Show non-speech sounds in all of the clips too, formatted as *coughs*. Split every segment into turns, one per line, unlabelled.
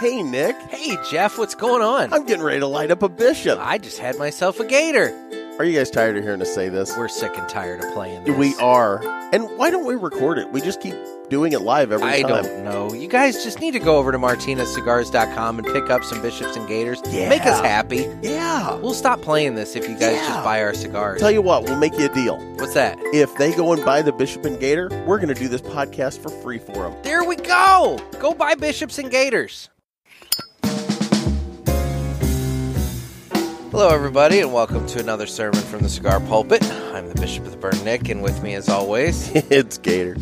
Hey, Nick.
Hey, Jeff, what's going on?
I'm getting ready to light up a bishop.
I just had myself a gator.
Are you guys tired of hearing us say this?
We're sick and tired of playing this.
We are. And why don't we record it? We just keep doing it live every
I
time.
don't know. You guys just need to go over to martinezcigars.com and pick up some bishops and gators.
Yeah.
Make us happy.
Yeah.
We'll stop playing this if you guys
Yeah.
just buy our cigars.
Tell you what, we'll make you a deal.
What's that?
If they go and buy the Bishop and Gator, we're going to do this podcast for free for them.
There we go. Go buy bishops and gators. Hello, everybody, and welcome to another sermon from the cigar pulpit. I'm the Bishop of the Burn, Nick, and with me, as always,
*laughs* it's Gator.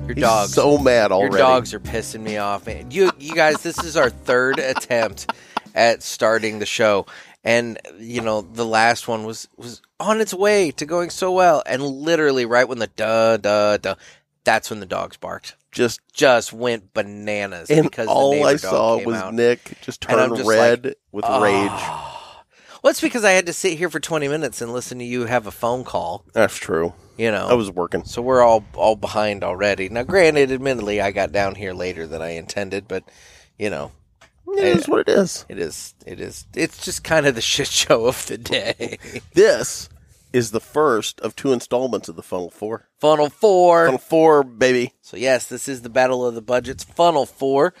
your
He's
dogs.
so mad already.
Your dogs are pissing me off, man. You, you guys, this is our third attempt at starting the show, and you know the last one was was on its way to going so well, and literally right when the duh duh duh, that's when the dogs barked.
just
Just went bananas
and
because the
all
neighbor
I
dog
saw
came
was
out.
Nick just
And I'm
turn
just
red with rage.
"Ah." Well, it's because I had to sit here for twenty minutes and listen to you have a phone call.
That's true.
You know,
I was working.
So we're all all behind already. Now, granted, admittedly, I got down here later than I intended, but you know,
It is what it is.
it is it is it's just kind of the *laughs* shit show of the day.
This is the first of two installments of the Funnel Four.
funnel four.
Funnel Four, baby.
So yes, this is the battle of the budgets. Funnel four,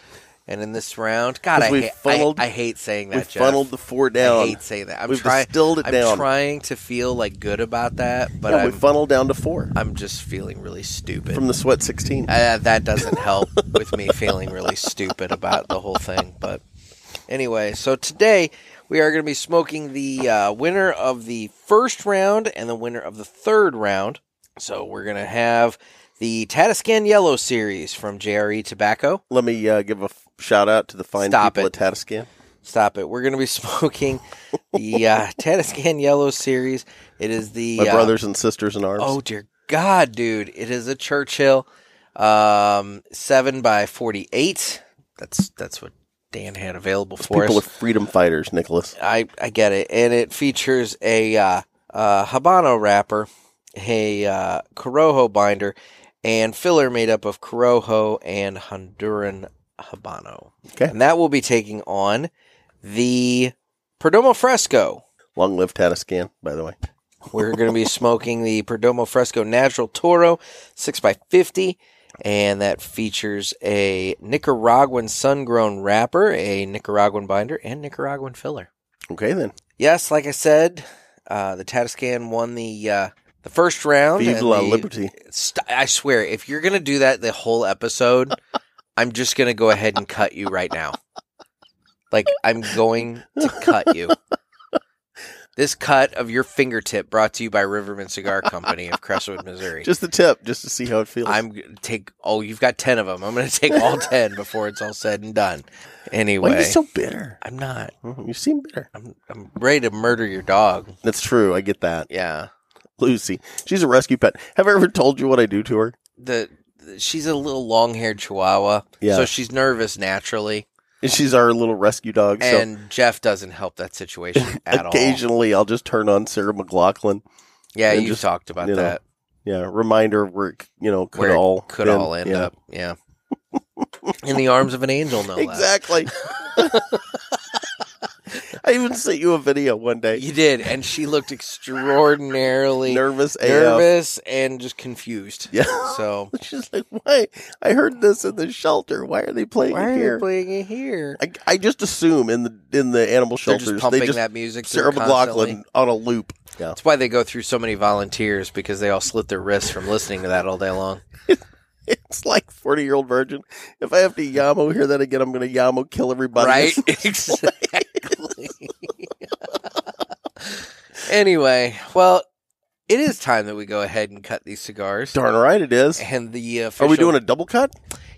and in this round, God,
'Cause
I,
we've
ha-
funneled-
I I hate saying that.
We
Jeff.
funneled the four down.
I hate saying that. I'm
We've
trying.
distilled it
I'm
down.
trying to feel like good about that, but
Yeah, we
I'm
funneled down to four
I'm just feeling really stupid.
from the Sweat 16.
uh, that doesn't help with me feeling really stupid about the whole thing. But anyway, so today we are going to be smoking the uh, winner of the first round and the winner of the third round. So we're going to have the Tatiscan Yellow series from JRE Tobacco.
Let me uh, give a f- shout out to the fine
Stop
people
it.
at Tatascan.
Stop it. We're going to be *laughs* smoking the uh, Tatiscan Yellow series. It is the
My
uh,
brothers and sisters in arms.
Oh dear God, dude! It is a Churchill, um, seven by forty-eight. That's that's what Dan had available for
people
us.
with freedom fighters, Nicholas.
I I get it, and it features a uh, uh, habano wrapper, a uh, corojo binder, and filler made up of corojo and Honduran habano.
Okay.
and that will be taking on the Perdomo Fresco.
Long live Tatascan, by the way.
We're going to be smoking the Perdomo Fresco Natural Toro 6x50, and that features a Nicaraguan sun grown wrapper, a Nicaraguan binder, and Nicaraguan filler.
Okay, then.
Yes, like I said, uh, the Tatiscan won the uh, the first round.
Vive
and
la
the-
liberty.
St- I swear, if you're going to do that the
*laughs*
whole episode, I'm just going to go ahead and cut you right now. Like, I'm going to cut you. This cut of your fingertip brought to you by Riverman Cigar Company of Crestwood, Missouri.
Just the tip, just to see how it feels.
I'm going to take, oh, you've got 10 of them. I'm going to take all 10 before it's all said and done.
Why are
Anyway,
you so bitter?
I'm not.
Mhm, You seem bitter.
I'm, I'm ready to murder your dog.
That's true. I get that.
Yeah.
Lucy, she's a rescue pet. Have I ever told you what I do to her?
The, she's a little long haired chihuahua.
Yeah.
So she's nervous naturally.
And she's our little rescue dog. so
and Jeff doesn't help
*laughs*
that situation at all.
occasionally I'll just turn on Sarah McLaughlin.
Yeah,
and
you
just,
talked about
you know,
that.
Yeah, reminder of where it, you know could
Where it
all
Could
been-
all end
yeah.
up, yeah, in the arms of an angel, no less. *laughs*
Exactly. I even sent you a video one day.
You did, and she looked extraordinarily
nervous AF.
nervous and just confused.
*laughs* Yeah.
So
She's like, "Why? I heard this in the shelter. Why are they playing
why
it
are
here?"
you playing it here?
I, I just assume in the in the animal
They're
shelters
just pumping
they just
that music. through
Sarah
constantly.
McLaughlin on a loop. *laughs* Yeah.
That's why they go through so many volunteers because they all slit their wrists from listening to that all day long.
It's like 40 year old virgin. If I have to Yamo hear that again, I'm going to Yamo kill everybody.
right? exactly. anyway, well, it is time that we go ahead and cut these
*laughs*
cigars.
Darn right it
*laughs*
is.
And the official.
Are we doing a double cut?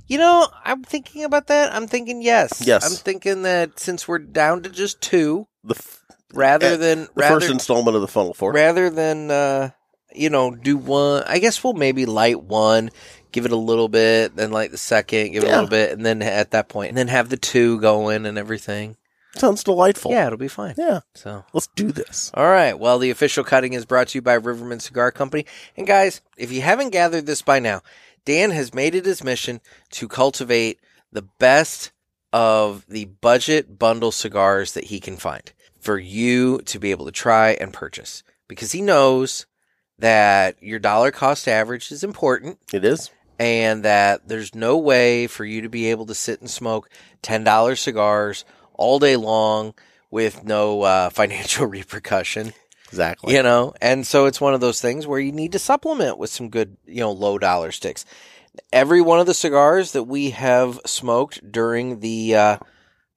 You know, I'm thinking about that. I'm thinking yes.
Yes.
I'm thinking that since we're down to just two,
The, f-
rather
Eh,
than
the
rather
first installment of the Funnel Four.
rather than uh, you know do one, I guess we'll maybe light one, give it a little bit, then light the second, give it a
Yeah.
little bit, and then at that point, and then have the two going and everything.
Sounds delightful.
Yeah, it'll be fine.
Yeah.
So.
Let's do this.
All right. Well, the official cutting is brought to you by Riverman Cigar Company. And guys, if you haven't gathered this by now, Dan has made it his mission to cultivate the best of the budget bundle cigars that he can find for you to be able to try and purchase because he knows that your dollar cost average is important
It is.
and that there's no way for you to be able to sit and smoke $10 cigars all day long with no uh, *laughs* financial repercussion,
Exactly.
you know? And so it's one of those things where you need to supplement with some good, you know, low dollar sticks. Every one of the cigars that we have smoked during the uh,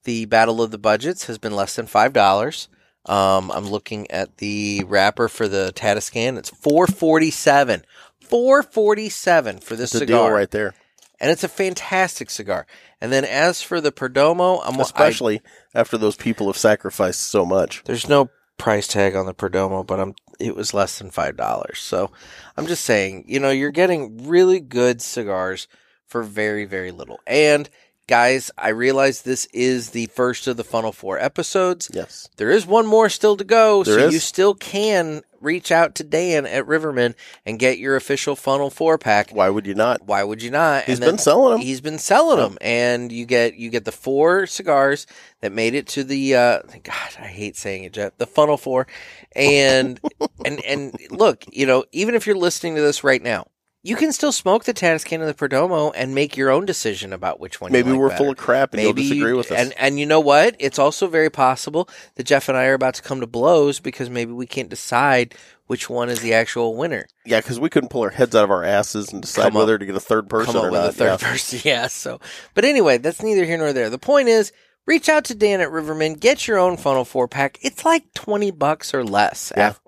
the Battle of the Budgets has been less than five dollars. Um, I'm looking at the wrapper for the Tatiscan. It's four forty seven. Four forty seven for this
It's a
cigar
deal right there.
and it's a fantastic cigar. And then as for the Perdomo, I'm I,
Especially after those people have sacrificed so much.
there's no price tag on the Perdomo, but I'm it was less than five dollars. So I'm just saying, you know, you're getting really good cigars for very very little. And guys, I realize this is the first of the funnel four episodes.
Yes.
There is one more still to go,
There
so
is.
you still can reach out to Dan at Riverman and get your official funnel four pack.
Why would you not?
Why would you not?
He's
And then-
been selling them.
He's been selling them, and you get you get the four cigars that made it to the uh, God. I hate saying it, Jeff. The funnel four,
*laughs*
and and and look, you know, even if you're listening to this right now, you can still smoke the Tascan and the Perdomo and make your own decision about which one.
Maybe
you like
we're
better.
full of crap and
Maybe
you'll disagree with us.
And and you know what? It's also very possible that Jeff and I are about to come to blows because maybe we can't decide which one is the actual winner.
yeah, because we couldn't pull our heads out of our asses and decide
Come up-
whether to get a third person
come up
or
with
not.
a third
Yeah.
person. *laughs* Yeah. So, but anyway, that's neither here nor there. The point is, reach out to Dan at Riverman. Get your own Funnel Four pack. It's like twenty bucks or less.
Yeah.
af-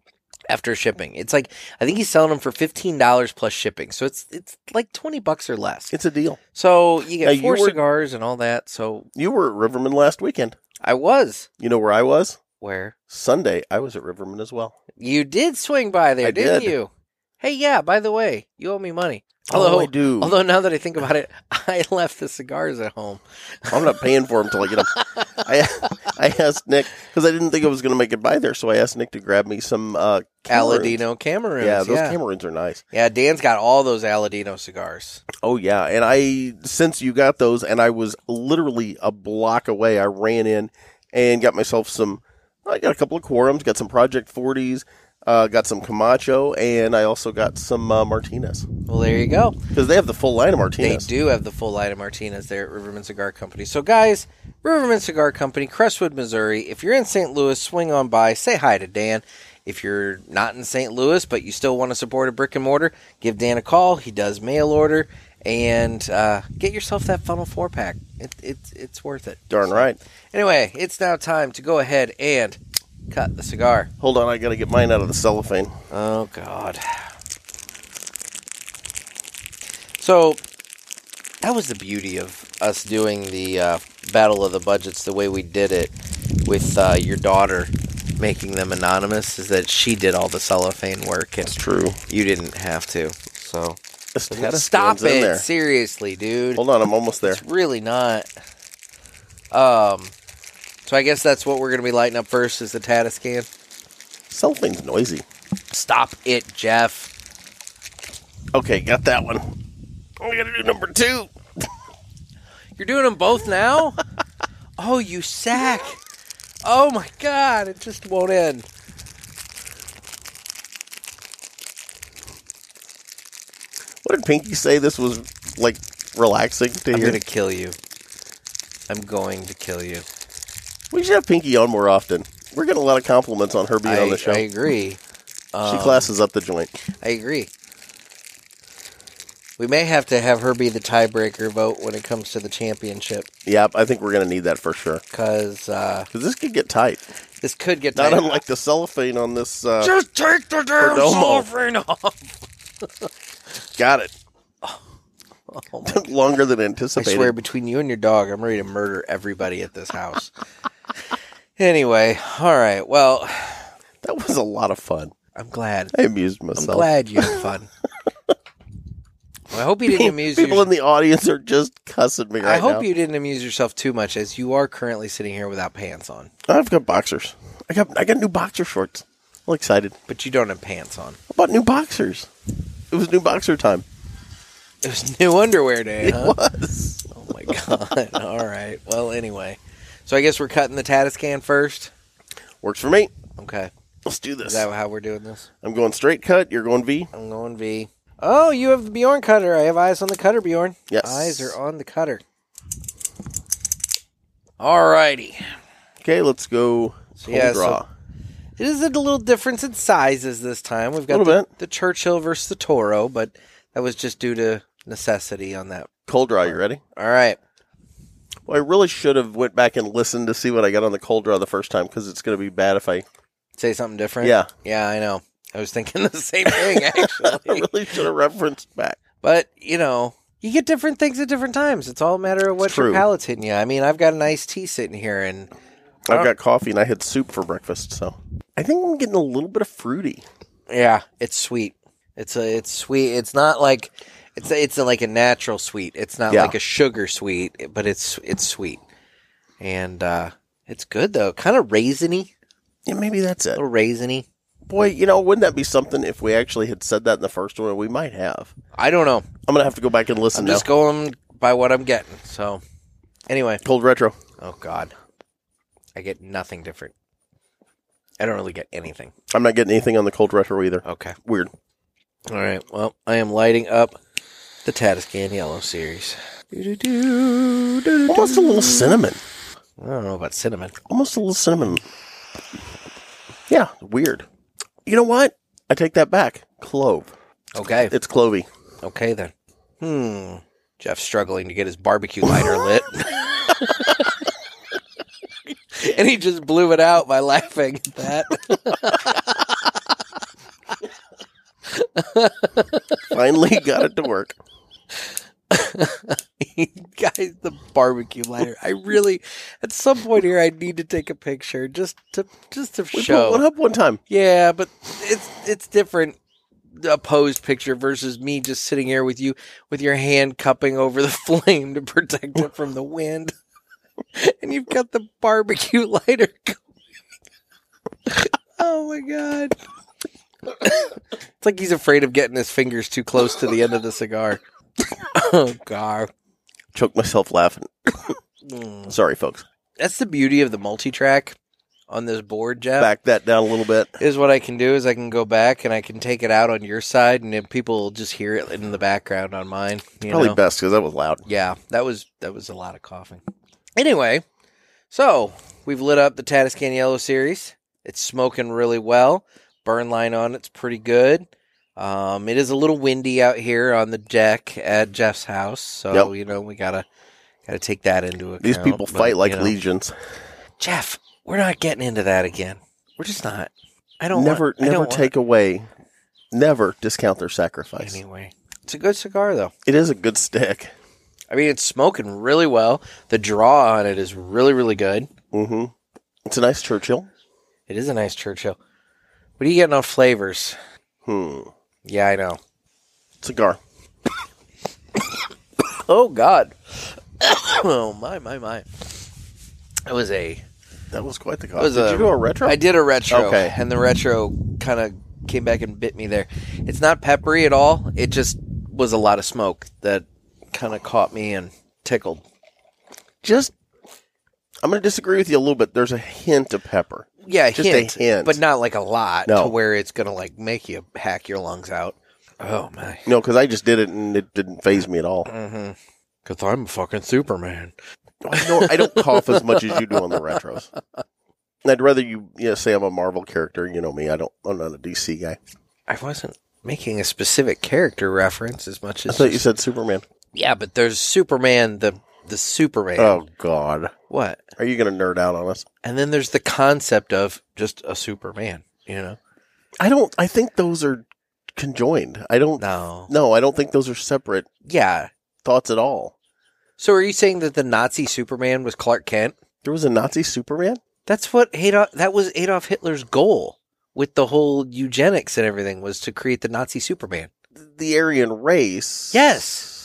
after shipping, it's like I think he's selling them for fifteen dollars plus shipping. So it's it's like twenty bucks or less.
It's a deal.
So
Now,
you get
you
four
were-
cigars and all that. So
You were at Riverman last weekend.
I was
You know where I was?
where
Sunday, I was at Riverman as well.
you did swing by there,
I
didn't
did.
you? Hey, yeah. By the way, you owe me money.
oh,
Although,
I do.
although now that I think about it, *laughs* I left the cigars at home.
I'm not paying for them till
*laughs*
I get them. I, I asked Nick because I didn't think I was going to make it by there, so I asked Nick to grab me some uh, Cameroons.
Aladino Cameroons.
Yeah, those
yeah.
Cameroons are nice.
Yeah, Dan's got all those Aladino cigars.
Oh yeah, and I since you got those, and I was literally a block away. I ran in and got myself some. I got a couple of Quorums, got some Project Forties, uh, got some Camacho, and I also got some uh, Martinez
Well, there you go.
because they have the full line of Martinez.
They do have the full line of Martinez there at Riverman Cigar Company. So, guys, Riverman Cigar Company, Crestwood, Missouri. If you're in St. Louis, swing on by, say hi to Dan. If you're not in St. Louis but you still want to support a brick and mortar, give Dan a call. He does mail order and uh, get yourself that funnel four pack. It, it, it's worth it.
Darn right.
Anyway, it's now time to go ahead and cut the cigar.
Hold on, I got to get mine out of the cellophane.
Oh God. So that was the beauty of us doing the uh, battle of the budgets the way we did it with uh, your daughter making them anonymous is that she did all the cellophane work and
true.
you didn't have to. So
This Tatastan's
stop
in
it,
there.
seriously, dude.
Hold on, I'm almost there.
It's really not. Um. So I guess that's what we're gonna be lighting up first is the Tatiscan.
Cellophane's noisy.
Stop it, Jeff.
Okay, got that one. I gotta do number two.
You're doing them
*laughs*
both now? oh, you sack. Oh my god, it just won't end.
What did Pinky say? This was like relaxing to
I'm
hear.
going to kill you. I'm going to kill you.
We should have Pinky on more often. We're getting a lot of compliments on her being
I,
on the show.
I agree. Um,
she classes up the joint.
I agree. We may have to have her be the tiebreaker vote when it comes to the championship
Yeah, I think we're gonna need that for sure
because uh,
because this could get tight.
this could get
Not
tight.
unlike the cellophane on this. Uh,
Just take the damn
Perdomo.
suffering off.
got it. *laughs*
Oh my
Took longer than
I
anticipated.
swear, between you and your dog, I'm ready to murder everybody at this house. *laughs* anyway, all right. Well,
That was a lot of fun.
I'm glad.
I amused
I'm
myself.
glad you had
*laughs*
fun. well, I hope you didn't amuse
People
yourself.
in the audience are just cussing me right
I hope
now.
you didn't amuse yourself too much, as you are currently sitting here without pants on.
I've got boxers. I got I got new boxer shorts. I'm excited.
But you don't have pants on.
I bought new boxers. It was new boxer time.
It was *laughs* new underwear day,
It
huh?
was.
Oh my God. *laughs* All right. Well, anyway. So I guess we're cutting the Tatiscan first.
Works for me.
Okay.
Let's do
Is
this.
that how we're doing this?
I'm going straight cut. You're going V.
I'm going V. Oh, you have the Bjorn cutter. I have eyes on the cutter, Bjorn.
Yes.
Eyes are on the cutter. All righty.
Okay, let's go.
So,
Cold
yeah, so-
draw.
It is a little difference in sizes this time. We've got
Little
the, the Churchill versus the Toro, but that was just due to necessity on that.
cold draw. You ready?
All right.
Well, I really should have went back and listened to see what I got on the cold draw the first time because it's going to be bad if I.
Say something different.
Yeah, *laughs*
Yeah, I know. I was thinking *laughs* the same thing *laughs*
I
actually.
really should have referenced back.
But you know, you get different things at different times. It's all a matter of what
true.
your palate's hitting you. I mean, I've got an iced tea sitting here, and
I've
Oh.
got coffee and I had soup for breakfast, so I think I'm getting a little bit of fruity.
yeah, it's sweet. It's a, it's sweet. It's not like it's a, it's a, like a natural sweet. It's not
Yeah.
like a sugar sweet, but it's it's sweet, and uh it's good though. Kind of raisiny,
Yeah, maybe that's
a
it.
little raisiny.
Boy, you know, wouldn't that be something if we actually had said that in the first one? We might have.
I don't know.
I'm gonna have to go back and listen
I'm
now.
just going by what I'm getting. So anyway,
Cold retro.
oh god, I get nothing different. I don't really get anything.
I'm not getting anything on the cold retro either.
Okay.
Weird.
All right. Well, I am lighting up the Tatiscan Yellow series.
Almost a little cinnamon.
I don't know about cinnamon.
Almost a little cinnamon. Yeah, weird. You know what? I take that back. Clove.
Okay.
It's clovey. *laughs*
Okay then. Hmm. Jeff's struggling to get his barbecue lighter lit. *laughs* and he just blew it out by laughing at that. *laughs*
Finally got it to work.
Guys, the barbecue lighter. I really at some point here I need to take a picture just to just to
We
show.
put one up one time.
Yeah, but it's it's different a posed picture versus me just sitting here with you with your hand cupping over the *laughs* flame to protect it from the wind. *laughs* and you've got the barbecue *laughs* lighter going. *laughs* oh my god. it's like he's afraid of getting his fingers too close to the end of the cigar. *laughs* oh god.
Choked myself laughing.
Mm.
Sorry, folks.
That's the beauty of the multi-track on this board, Jeff.
Back that down a little bit.
is what I can do is I can go back and I can take it out on your side, and then people will just hear it in the background on mine. You
Probably
know?
best because that was loud.
Yeah, that was that was a lot of coughing. Anyway, so we've lit up the Tatiscan Yellow series. It's smoking really well. Burn line on it's pretty good. Um, it is a little windy out here on the deck at Jeff's house, so you know we gotta gotta take that into account.
These people
but,
fight like
you know.
legions.
Jeff, we're not getting into that again. We're just not. I don't
Never,
want, I
never
don't want-
take away, never discount their sacrifice.
Anyway, it's a good cigar though.
It is a good stick.
I mean, it's smoking really well. The draw on it is really, really good.
hmm It's a nice Churchill.
It is a nice Churchill. What are you getting on flavors?
Hmm.
Yeah, I know.
Cigar.
Oh God. *coughs* oh my, my, my. That was a.
That was quite the cost.
was
Did
a-
you do a retro?
I did a retro,
Okay.
and the retro kind of came back and bit me there. It's not peppery at all. It just was a lot of smoke that kind of caught me and tickled.
Just, I'm going to disagree with you a little bit. There's a hint of pepper.
Yeah,
Just a hint.
but not like a lot
No.
to where it's gonna like make you hack your lungs out. Oh my,
No, because I just did it and it didn't phase me at all.
mm-hmm. cause I'm a fucking Superman.
I don't, I don't cough as much as you do on the retros. And I'd rather you, you know, say I'm a Marvel character. You know me. I don't. I'm not a DC guy.
I wasn't making a specific character reference as much
I
as
thought you said Superman.
yeah, but there's Superman, the the Superman.
Oh God,
What?
are you going to nerd out on us?
And then there's the concept of just a Superman. You know?
I don't. I think those are conjoined. I don't.
No.
No, I don't think those are separate
Yeah.
thoughts at all.
So are you saying that the Nazi Superman was Clark Kent?
There was a Nazi Superman.
That's what Adolf. That was Adolf Hitler's goal with the whole eugenics and everything was to create the Nazi Superman.
The Aryan race.
Yes.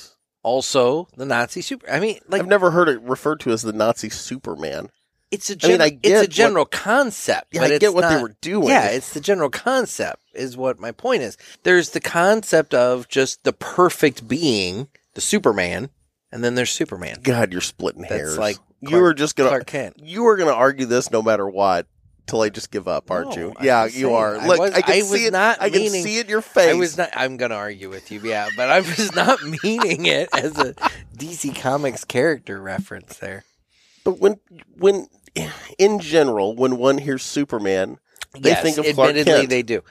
Also, the Nazi super. I mean, like
I've never heard it referred to as the Nazi Superman.
it's a
I mean,
gen-
I get
it's a
what-
general concept.
Yeah,
but
I
it's
get what
not-
they were doing.
Yeah, it's the general concept is what my point is. There's the concept of just the perfect being, the Superman, And then there's Superman.
God, you're splitting
That's
hairs.
like
you
Clark-
are just gonna
Clark Kent.
you are gonna argue this no matter what till I just give up, aren't
No,
you?
I'm
Yeah,
just
you
saying,
are.
I
Look,
was-
I can
I was
see it.
not
I can
meaning-
see it in your face.
I was not. I'm gonna argue with you, yeah, but I was not *laughs* meaning it as a DC Comics character reference. There,
But when when in general, when one hears Superman, They
yes,
think of Clark
admittedly
Kent.
they do,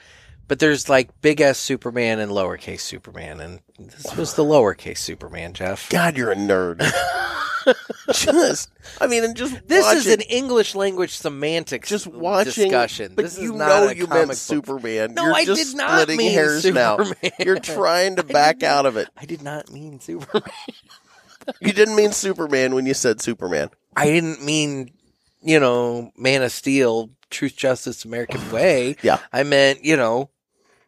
but there's like big S Superman and lowercase Superman, and this was the lowercase Superman, Jeff.
God, you're a
*laughs*
nerd. just I mean, and just
This
watch
is
it.
an English language semantics
just watching
discussion.
But
this
you
is not
know
a
you
comic
meant
book.
Superman.
No,
you're
I
just
did not
splitting
mean
hairs now.
Superman.
You're trying
*laughs*
to
did
back
not.
out of it.
I did not mean Superman.
You didn't mean Superman when you said Superman.
*laughs* I didn't mean, you know, Man of Steel, Truth, Justice, *sighs* American Way.
Yeah.
I meant, you know,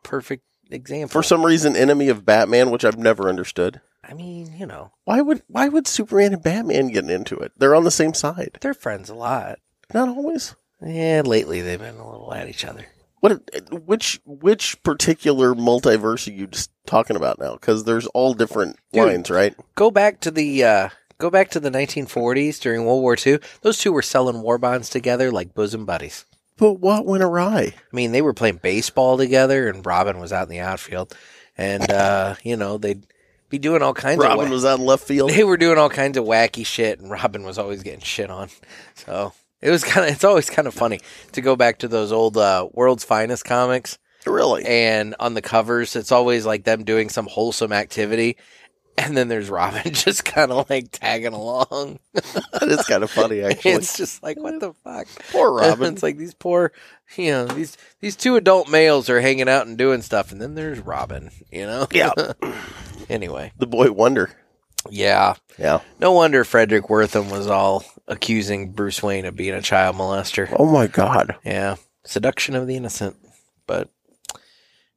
perfect example.
For some reason, enemy of Batman, which I've never understood.
I mean, you know,
Why would why would Superman and Batman get into it? They're on the same side.
they're friends a lot.
Not always.
Yeah, lately they've been a little at each other.
What which which particular multiverse are you just talking about now? Because there's all different
Dude.
lines, right?
Go back to the uh go back to the 1940s during World War II. Those two were selling war bonds together like bosom buddies.
But what went awry?
I mean, they were playing baseball together, and Robin was out in the outfield,
*laughs*
and uh, you know they'd be doing all kinds of.
Robin
*laughs* wa-
was out in left field.
they were doing all kinds of wacky shit, and Robin was always getting shit on. So it was kind of it's always kind of funny to go back to those old uh, World's Finest comics,
Really?
and on the covers, it's always like them doing some wholesome activity, and then there's Robin *laughs* just kind of like tagging along.
That is kind of funny, actually.
*laughs* It's just like what the fuck.
Poor Robin.
it's like these poor, you know, these these two adult males are hanging out and doing stuff, and then there's Robin, you know.
yeah.
*laughs* Anyway,
The boy wonder.
yeah.
Yeah.
No wonder Frederick Wortham was all accusing Bruce Wayne of being a child molester.
Oh my god.
Yeah, seduction of the innocent. But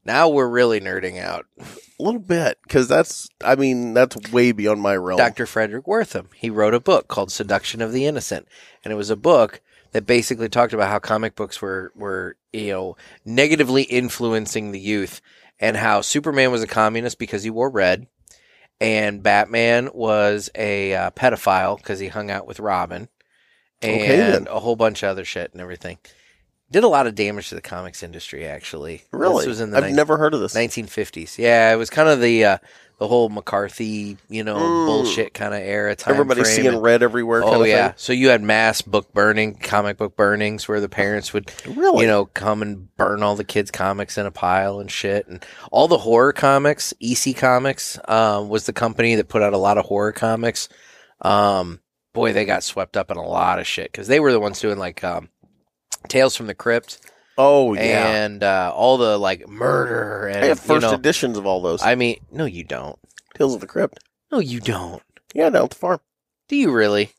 now we're really nerding out.
A little bit, because that's I mean that's way beyond my realm.
Dr. Frederick Wortham. He wrote a book called Seduction of the Innocent, and it was a book that basically talked about how comic books were were you know negatively influencing the youth, and how Superman was a communist because he wore red, and Batman was a uh, pedophile because he hung out with Robin, and
Okay, then.
a whole bunch of other shit and everything. Did a lot of damage to the comics industry, actually.
Really?
This was in the
I've
19-
never heard of this.
1950s. Yeah, it was kind of the uh, the whole McCarthy, you know,
Mm.
bullshit kind of era. Time
Everybody
frame.
seeing
And-
red everywhere.
Oh
kind of
yeah, so you had mass book burning, comic book burnings, where the parents would,
thing? really?
you know, come and burn all the kids' comics in a pile and shit, and all the horror comics. EC Comics um, was the company that put out a lot of horror comics. Um, boy, they got swept up in a lot of shit because they were the ones doing like um, Tales from the Crypt
oh yeah.
and uh, all the like murder and
I have
you
first
know,
editions of all those.
I mean, no, you don't.
Tales of the Crypt.
No, you don't.
Yeah, down at the farm.
Do you really?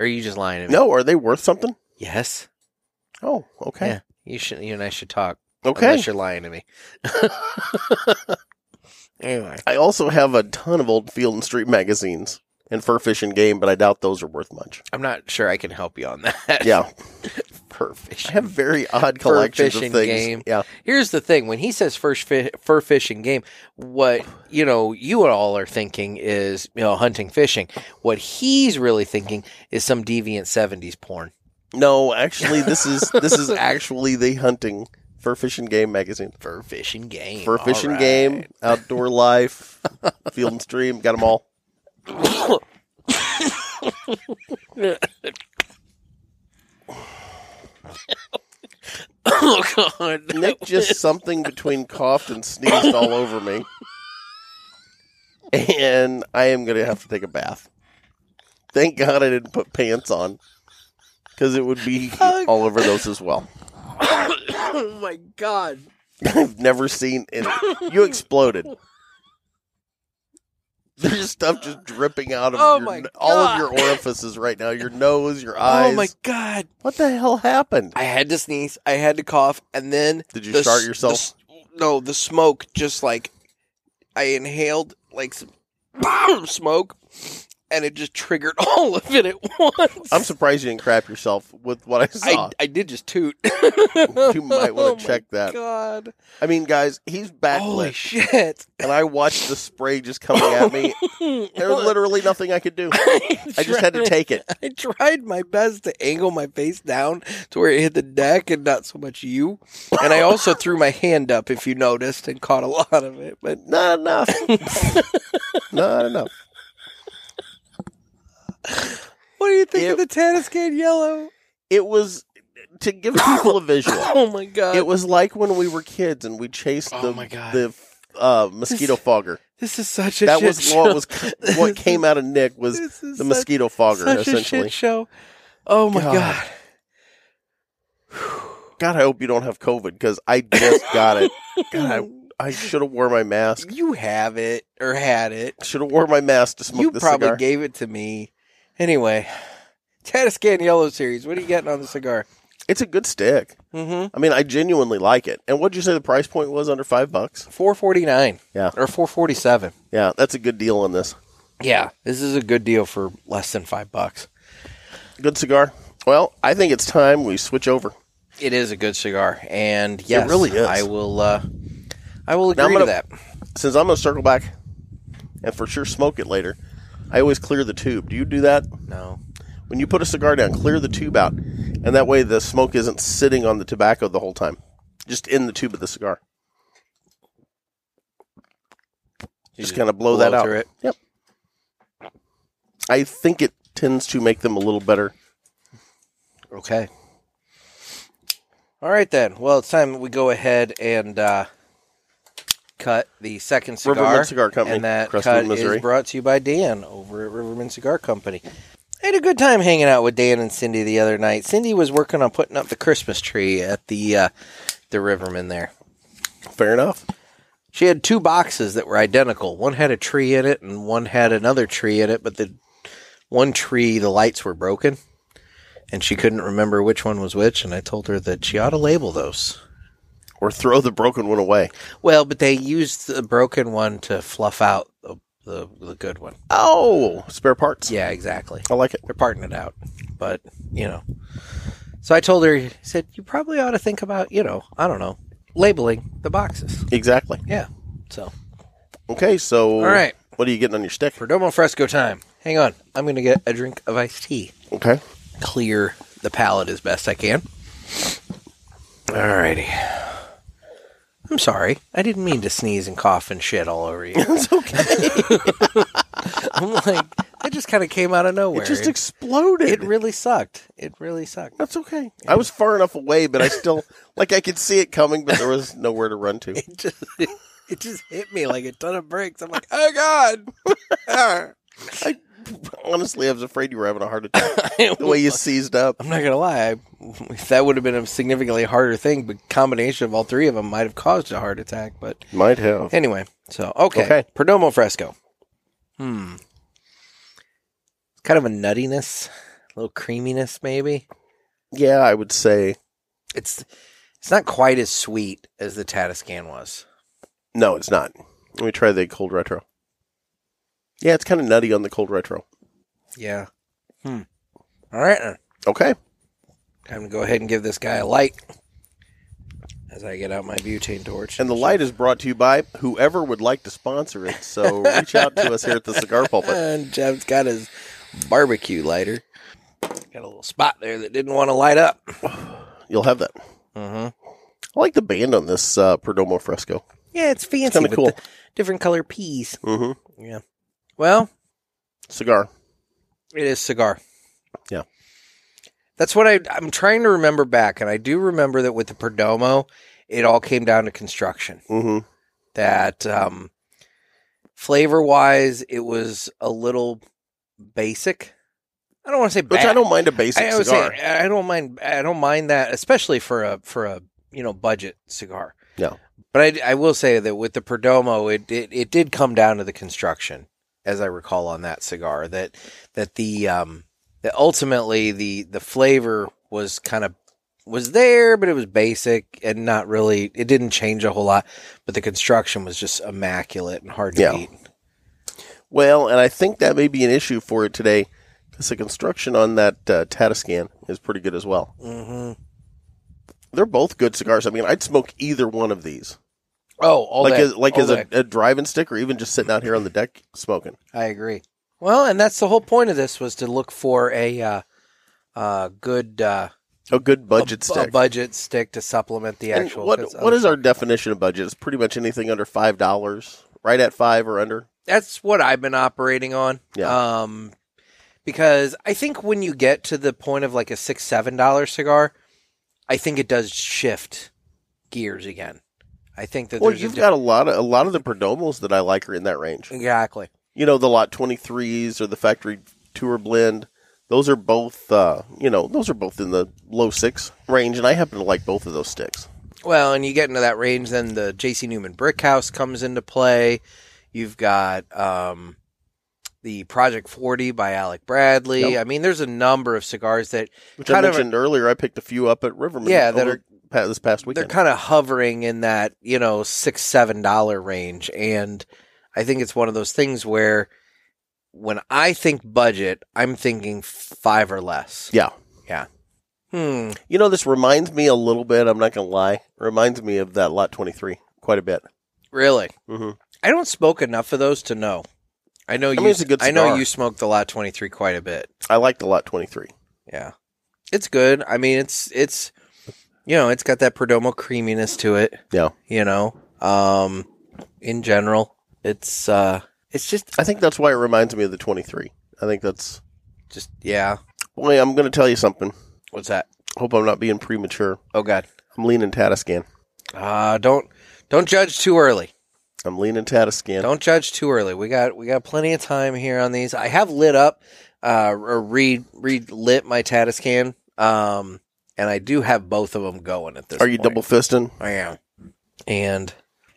Or are you just lying to me?
No, are they worth something?
Yes.
Oh, okay.
Yeah. You should. You and I should talk.
Okay.
Unless you're lying
*laughs*
to me. anyway,
I also have a ton of old Field and Street magazines and Furfish and Game, but I doubt those are worth
*laughs*
much.
I'm not sure I can help you on that. *laughs*
Yeah.
Fur fish.
I have very odd collections
Furfish
of
and
things.
Game.
Yeah.
Here's the thing: when he says first fi- fur fishing game, what you know, you all are thinking is you know hunting fishing. What he's really thinking is some deviant '70s porn.
No, actually this is this is actually the hunting Furfish and Game magazine.
Fur fishing game.
Furfish
all
fishing
right. *laughs*
Game, Outdoor Life, Field and Stream, got them all.
oh God! *laughs*
Nick just something between coughed and sneezed all over me. And I am going to have to take a bath. Thank God I didn't put pants on because it would be all over those as well.
*coughs* oh my God!
I've never seen it. You exploded. There's stuff just dripping out of
Oh
your,
my
all of your
God.
orifices right now your nose, your eyes.
Oh my God!
What the hell happened?
I had to sneeze. I had to cough, and then
Did you
the
start
s-
yourself?
the s- no, the *coughs* smoke just like I inhaled like some smoke, and it just triggered *laughs* all of it at once.
I'm surprised you didn't crap yourself with what I saw.
I, I did just toot. *laughs*
you might
Oh
want
my
to check that.
God.
I mean, guys, he's
Holy
backlit,
shit.
and I watched the spray just coming at
*laughs*
me. There was literally nothing I could do. I just had to take it.
*laughs* I tried my best to angle my face down to where it hit the deck and not so much you. And I also threw my hand up, if you noticed, and caught a *laughs* lot of it. But
Not
*laughs*
enough. Not enough.
what do you think of
It-
the tennis
*laughs*
can yellow?
It was to give people a visual.
Oh my god!
It was like when we were kids and we chased
Oh
the
my God.
the uh, mosquito fogger.
this is such a
That
shit
was
show.
what was
*laughs*
what came out of Nick was
This is
the
such-
mosquito fogger
such a
essentially.
shit show. Oh my
God.
god!
God, I hope you don't have COVID because I just got it. *sighs* God, I, I should have wore my mask.
*sighs* You have it or had it.
Should have wore my mask to smoke
You
this
probably
cigar.
gave it to me. Anyway, *sighs* Tatiscan Yellow Series. What are you getting on the cigar?
it's a good stick.
Mm-hmm.
I mean, I genuinely like it. And what'd you say the price point was? Under five bucks?
Four forty nine.
Yeah.
Or four forty seven.
Yeah, that's a good deal on this.
Yeah, this is a good deal for less than five bucks.
Good cigar. Well, I think it's time we switch over.
It is a good cigar, and yes,
really is.
I will. Uh, I will agree
I'm
to
gonna-
that.
Since I'm gonna circle back and for sure smoke it later. I always clear the tube. Do you do that?
No,
When you put a cigar down, clear the tube out, and that way the smoke isn't sitting on the tobacco the whole time, just in the tube of the cigar.
You
Just, kind of blow,
blow
that out.
through it.
Yep. I think it tends to make them a little better.
Okay. All right then. Well, it's time we go ahead and uh, cut the second cigar.
Riverman Cigar Company,
and that
Crestwood,
cut
Missouri.
is brought to you by Dan over at Riverman Cigar Company. I had a good time hanging out with Dan and Cindy the other night. Cindy was working on putting up the Christmas tree at the uh, the Riverman there.
Fair enough.
She had two boxes that were identical. One had a tree in it, and one had another tree in it. But the one tree, the lights were broken, and she couldn't remember which one was which. And I told her that she ought to label those.
Or throw the broken one away.
Well, but they used the broken one to fluff out the the, the good one.
Oh, spare parts.
Yeah, exactly.
I like it.
They're parting it out, but you know. So I told her. I said you probably ought to think about you know I don't know labeling the boxes.
Exactly.
Yeah. So
Okay, so
All right.
what are you getting on your stick?
Perdomo Fresco time. Hang on, I'm gonna get a drink of iced tea.
Okay.
clear the palate as best I can. Alrighty. I'm sorry. I didn't mean to sneeze and cough and shit all over you.
It's okay.
*laughs* I'm like, that just kind of came out of nowhere.
It just
it,
exploded.
it really sucked. It really sucked. *laughs*
That's okay. I was far enough away, but I still *laughs* like I could see it coming, but there was nowhere to run *laughs* to.
It just, it, just hit me like a ton of bricks. I'm like, oh
*laughs*
god.
I honestly I was afraid you were having a heart *laughs* attack. The
I'm
way you seized up.
not gonna lie. I, that would have been a significantly harder thing, but combination of all three of them might have caused a heart attack. But
Might have.
Anyway, so okay,
Okay.
Perdomo Fresco. Hmm. Kind of a nuttiness, a little creaminess, maybe.
Yeah, I would say
It's it's not quite as sweet as the Tatiscan was.
no, it's not. Let me try the cold retro. Yeah, it's kind of nutty on the cold retro.
Yeah. Hmm. All right, then.
Okay.
time to go ahead and give this guy a light as I get out my butane torch.
And the light is brought to you by whoever would like to sponsor it. So reach out to us here at the Cigar Pulpit.
and Jeff's got his barbecue lighter. Got a little spot there that didn't want to light up.
You'll have that.
Mm-hmm.
I like the band on this uh, Perdomo Fresco.
Yeah, it's fancy.
kinda
with
cool.
the different color peas.
Mm-hmm.
Yeah. Well,
Cigar.
it is cigar.
Yeah.
That's what I, I'm trying to remember back, and I do remember that with the Perdomo, it all came down to construction.
Mm-hmm.
That um, flavor wise, it was a little basic. I don't want to say bad.
Which I don't mind a basic
I would
cigar.
Say, I don't mind. I don't mind that, especially for a for a you know budget cigar.
Yeah.
But I, I will say that with the Perdomo, it, it it did come down to the construction, as I recall on that cigar. That that the um that ultimately the the flavor was kind of was there, but it was basic and not really. It didn't change a whole lot, but the construction was just immaculate and hard to
Yeah.
beat.
Well, and I think that may be an issue for it today because the construction on that uh, Tatiscan is pretty good as well.
Mm-hmm.
They're both good cigars. I mean, I'd smoke either one of these,
Oh, all
like
day.
as, like
all
as a,
day.
a driving stick, or even just sitting out here on the deck smoking.
I agree. Well, and that's the whole point of this was to look for a uh, uh, good uh,
A good budget
a, bu-
stick.
a budget stick to supplement the
And
actual.
what
'cause
what is
other-
our definition of budget? It's pretty much anything under five dollars, right at five or under.
That's what I've been operating on.
Yeah.
Um, because I think when you get to the point of like a six seven dollar cigar, I think it does shift gears again. I think that
Well,
there's a
you've
di-
got a lot of a lot of the Perdomos that I like are in that range.
exactly.
You know, the lot twenty threes or the factory tour blend. Those are both, uh, you know, those are both in the low six range, and I happen to like both of those sticks.
Well, and you get into that range, then the J.C. Newman Brick House comes into play. You've got um, the Project 40 by Alec Bradley.
Yep.
I mean, there's a number of cigars that
Which
Kind
I
of a-
mentioned earlier, I picked a few up at Riverman.
Yeah, that
over pa- this past weekend.
they're kind of hovering in that you know six seven dollar range, and I think it's one of those things where when I think budget, I'm thinking five or less.
Yeah.
yeah. Hmm.
you know, this reminds me a little bit. I'm not gonna lie, reminds me of that lot twenty three quite a bit.
Really,
hmm
I don't smoke enough of those to know. I know you.
mean, it's a good
I know
cigar.
you smoked the lot twenty three quite a bit.
I like the lot twenty three.
Yeah. It's good. I mean, it's it's you know, it's got that Perdomo creaminess to it.
Yeah.
You know, um in general, it's uh it's just
I think that's why it reminds me of the 23. I think that's.
just yeah.
Boy, I'm going to tell you something.
What's that?
Hope I'm not being premature.
Oh god.
I'm leaning Tatiscan.
Uh don't don't judge too early.
I'm leaning Tatiscan.
Don't judge too early. We got we got plenty of time here on these. I have lit up uh or re relit my Tatiscan. Um and I do have both of them going at this
Are you
point.
double fisting?
I am. And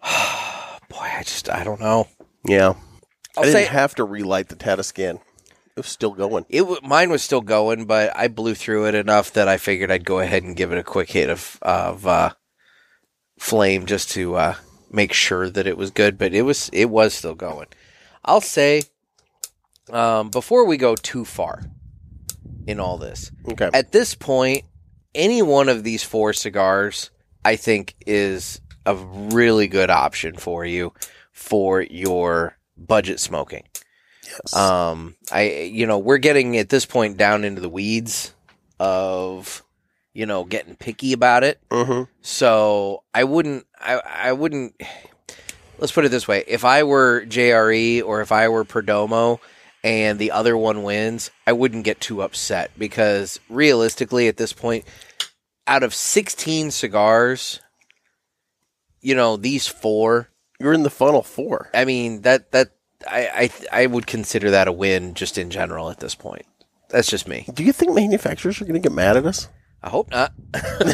*sighs* boy, I just I don't know.
Yeah. I'll
I'll
I did
say
not have to relight the Tatiscan. It was still going.
it. W- mine was still going, but I blew through it enough that I figured I'd go ahead and give it a quick hit of of uh, flame just to uh, make sure that it was good. But it was it was still going. I'll say um, before we go too far in all this,
Okay.
at this point, any one of these four cigars, I think, is a really good option for you for your budget smoking.
Yes.
Um, I you know we're getting at this point down into the weeds of you know getting picky about it.
hmm
So I wouldn't I I wouldn't. Let's put it this way: if I were JRE or if I were Perdomo and the other one wins, I wouldn't get too upset because realistically, at this point, out of sixteen cigars, you know these four
You're in the funnel four.
I mean that that I I I would consider that a win just in general at this point. That's just me.
Do you think manufacturers are going to get mad at
*laughs*
us?
I hope not.
Oops.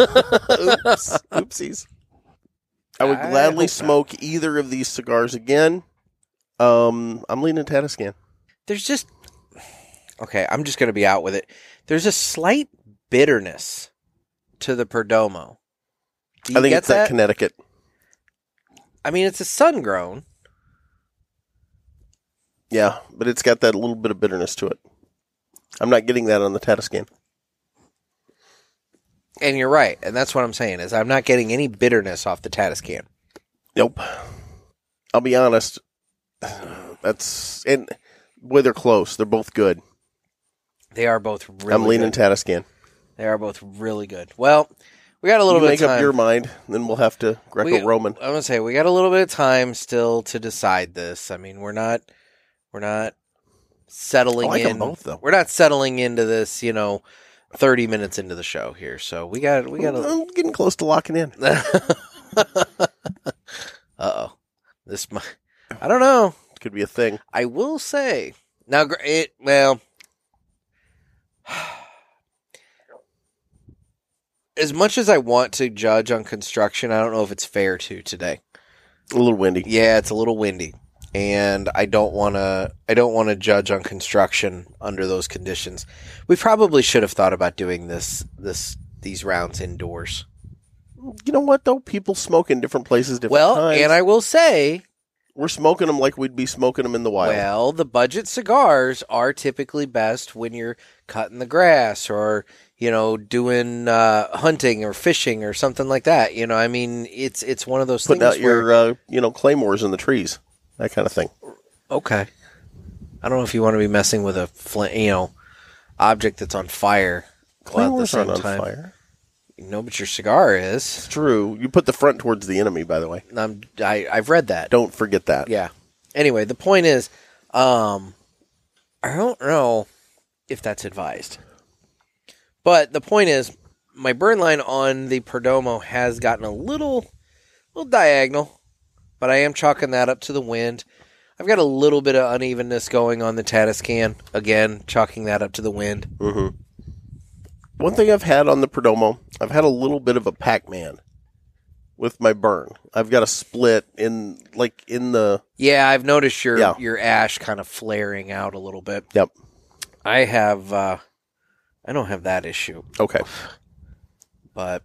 Oopsies. I would
I
gladly
hope not.
smoke either of these cigars again. Um, I'm leaning Tatiscan.
There's just okay. I'm just gonna be out with it. There's a slight bitterness to the Perdomo. Do you
I think
get
it's that Connecticut.
I mean, it's a sun grown.
Yeah, but it's got that little bit of bitterness to it. I'm not getting that on the Tatiscan.
And you're right, and that's what I'm saying is I'm not getting any bitterness off the Tatiscan.
Nope. I'll be honest. *sighs* That's and boy, they're close. They're both good.
They are both really.
I'm leaning
Good.
Tatiscan.
they are both really good. Well, we got a little
you
bit
make
of time.
up your mind, then we'll have to Greco-Roman.
I'm gonna say we got a little bit of time still to decide this. I mean, we're not we're
I
not settling
like
in.
them both though.
We're not settling into this, you know, thirty minutes into the show here. So we got we got a.
I'm getting close to locking in. *laughs*
*laughs* uh oh, this might. I don't know.
Could be a thing.
I will say now. gr- It well, *sighs* as much as I want to judge on construction, I don't know if it's fair to today.
A little windy.
Yeah, it's a little windy, and I don't want to. I don't want to judge on construction under those conditions. We probably should have thought about doing this this these rounds indoors.
You know what though? People smoke in different places, different
well,
times.
and I will say,
We're smoking them like we'd be smoking them in the wild.
Well, the budget cigars are typically best when you're cutting the grass or you know doing uh, hunting or fishing or something like that. You know, I mean, it's it's one of those
Putting
things
out
where
your uh, you know claymores in the trees, that kind of thing.
okay. I don't know if you want to be messing with a fl- you know object that's on fire. while at the
Claymores aren't
same
on
time-
fire.
No, but your cigar is.
True. You put the front towards the enemy. By the way,
I'm, I I've read that.
don't forget that.
Yeah. Anyway, the point is, um, I don't know if that's advised, but the point is, my burn line on the Perdomo has gotten a little, little diagonal, but I am chalking that up to the wind. I've got a little bit of unevenness going on the Tatiscan again, chalking that up to the wind.
Mm-hmm. One thing I've had on the Perdomo, I've had a little bit of a Pac-Man with my burn. I've got a split in like in the
Yeah, I've noticed your
Yeah.
your ash kind of flaring out a little bit.
Yep.
I have, uh, I don't have that issue,
Okay.
but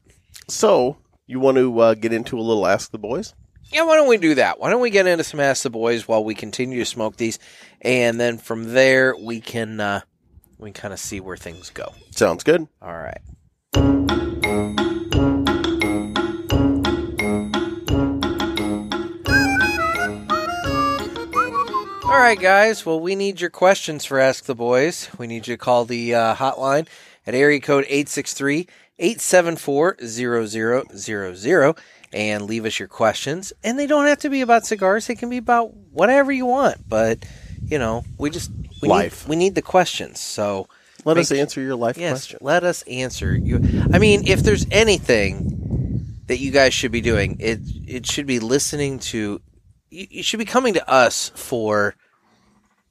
So you want to uh, get into a little ask the boys?
Yeah, why don't we do that? Why don't we get into some Ask the Boys while we continue to smoke these, and then from there we can uh, we kind of see where things go.
Sounds good.
All right. All right, guys. Well, we need your questions for Ask the Boys. We need you to call the uh, hotline at area code 863 874 0000 and leave us your questions. And they don't have to be about cigars, they can be about whatever you want. But, you know, we just. We
Life.
Need, we need the questions. So
Let
Make-
us answer your life
yes,
question.
let us answer you. I mean, if there's anything that you guys should be doing, it it should be listening to. You, you should be coming to us for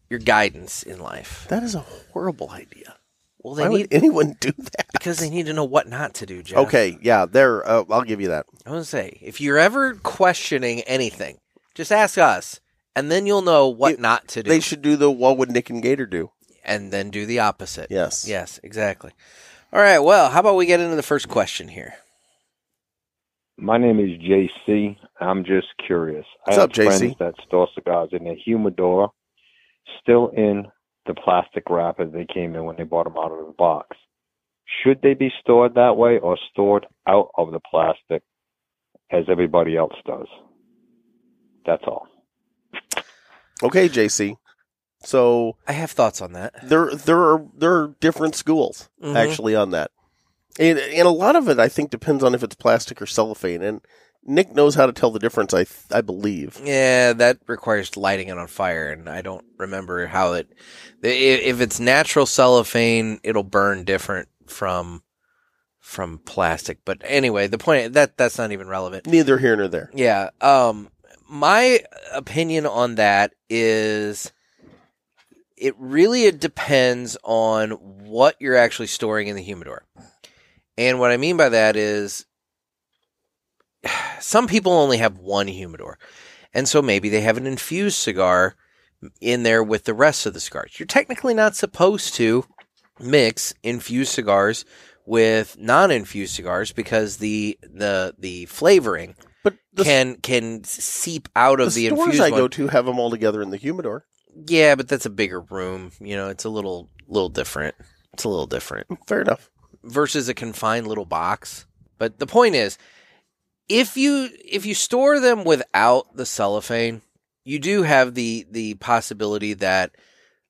your guidance in life.
That is a horrible idea.
Well,
Why
they need
would anyone do that?
because they need to know what not to do. Jeff.
Okay, yeah, there. Uh, I'll give you that.
I want to say if you're ever questioning anything, just ask us, and then you'll know what
You-
not to do,
They should do the what would Nick and Gator do?
and then do the opposite.
Yes.
Yes, exactly. All right. Well, how about we get into the first question here?
My name is JC. I'm just curious.
What's
I
up,
have
JC?
friends that store cigars in a humidor, still in the plastic wrapper they came in when they bought them out of the box. Should they be stored that way or stored out of the plastic as everybody else does? That's all.
Okay, JC. So
I have thoughts on that.
there there are there are different schools
Mhm.
actually on that, and and a lot of it I think depends on if it's plastic or cellophane. And Nick knows how to tell the difference. I th- I believe.
Yeah, that requires lighting it on fire, and I don't remember how it. i- If it's natural cellophane, it'll burn different from from plastic. But anyway, the point that that's not even relevant.
Neither here nor there.
Yeah. Um, my opinion on that is it really it depends on what you're actually storing in the humidor. And what I mean by that is *sighs* some people only have one humidor. And so maybe they have an infused cigar in there with the rest of the cigars. You're technically not supposed to mix infused cigars with non-infused cigars because the the the flavoring
But the,
can can seep out of
the
the,
stores
infused
I
one.
go to have them all together in the humidor. *laughs*
Yeah, but that's a bigger room. You know, it's a little little different. It's a little different
Fair enough.
versus a confined little box. But the point is, if you if you store them without the cellophane, you do have the the possibility that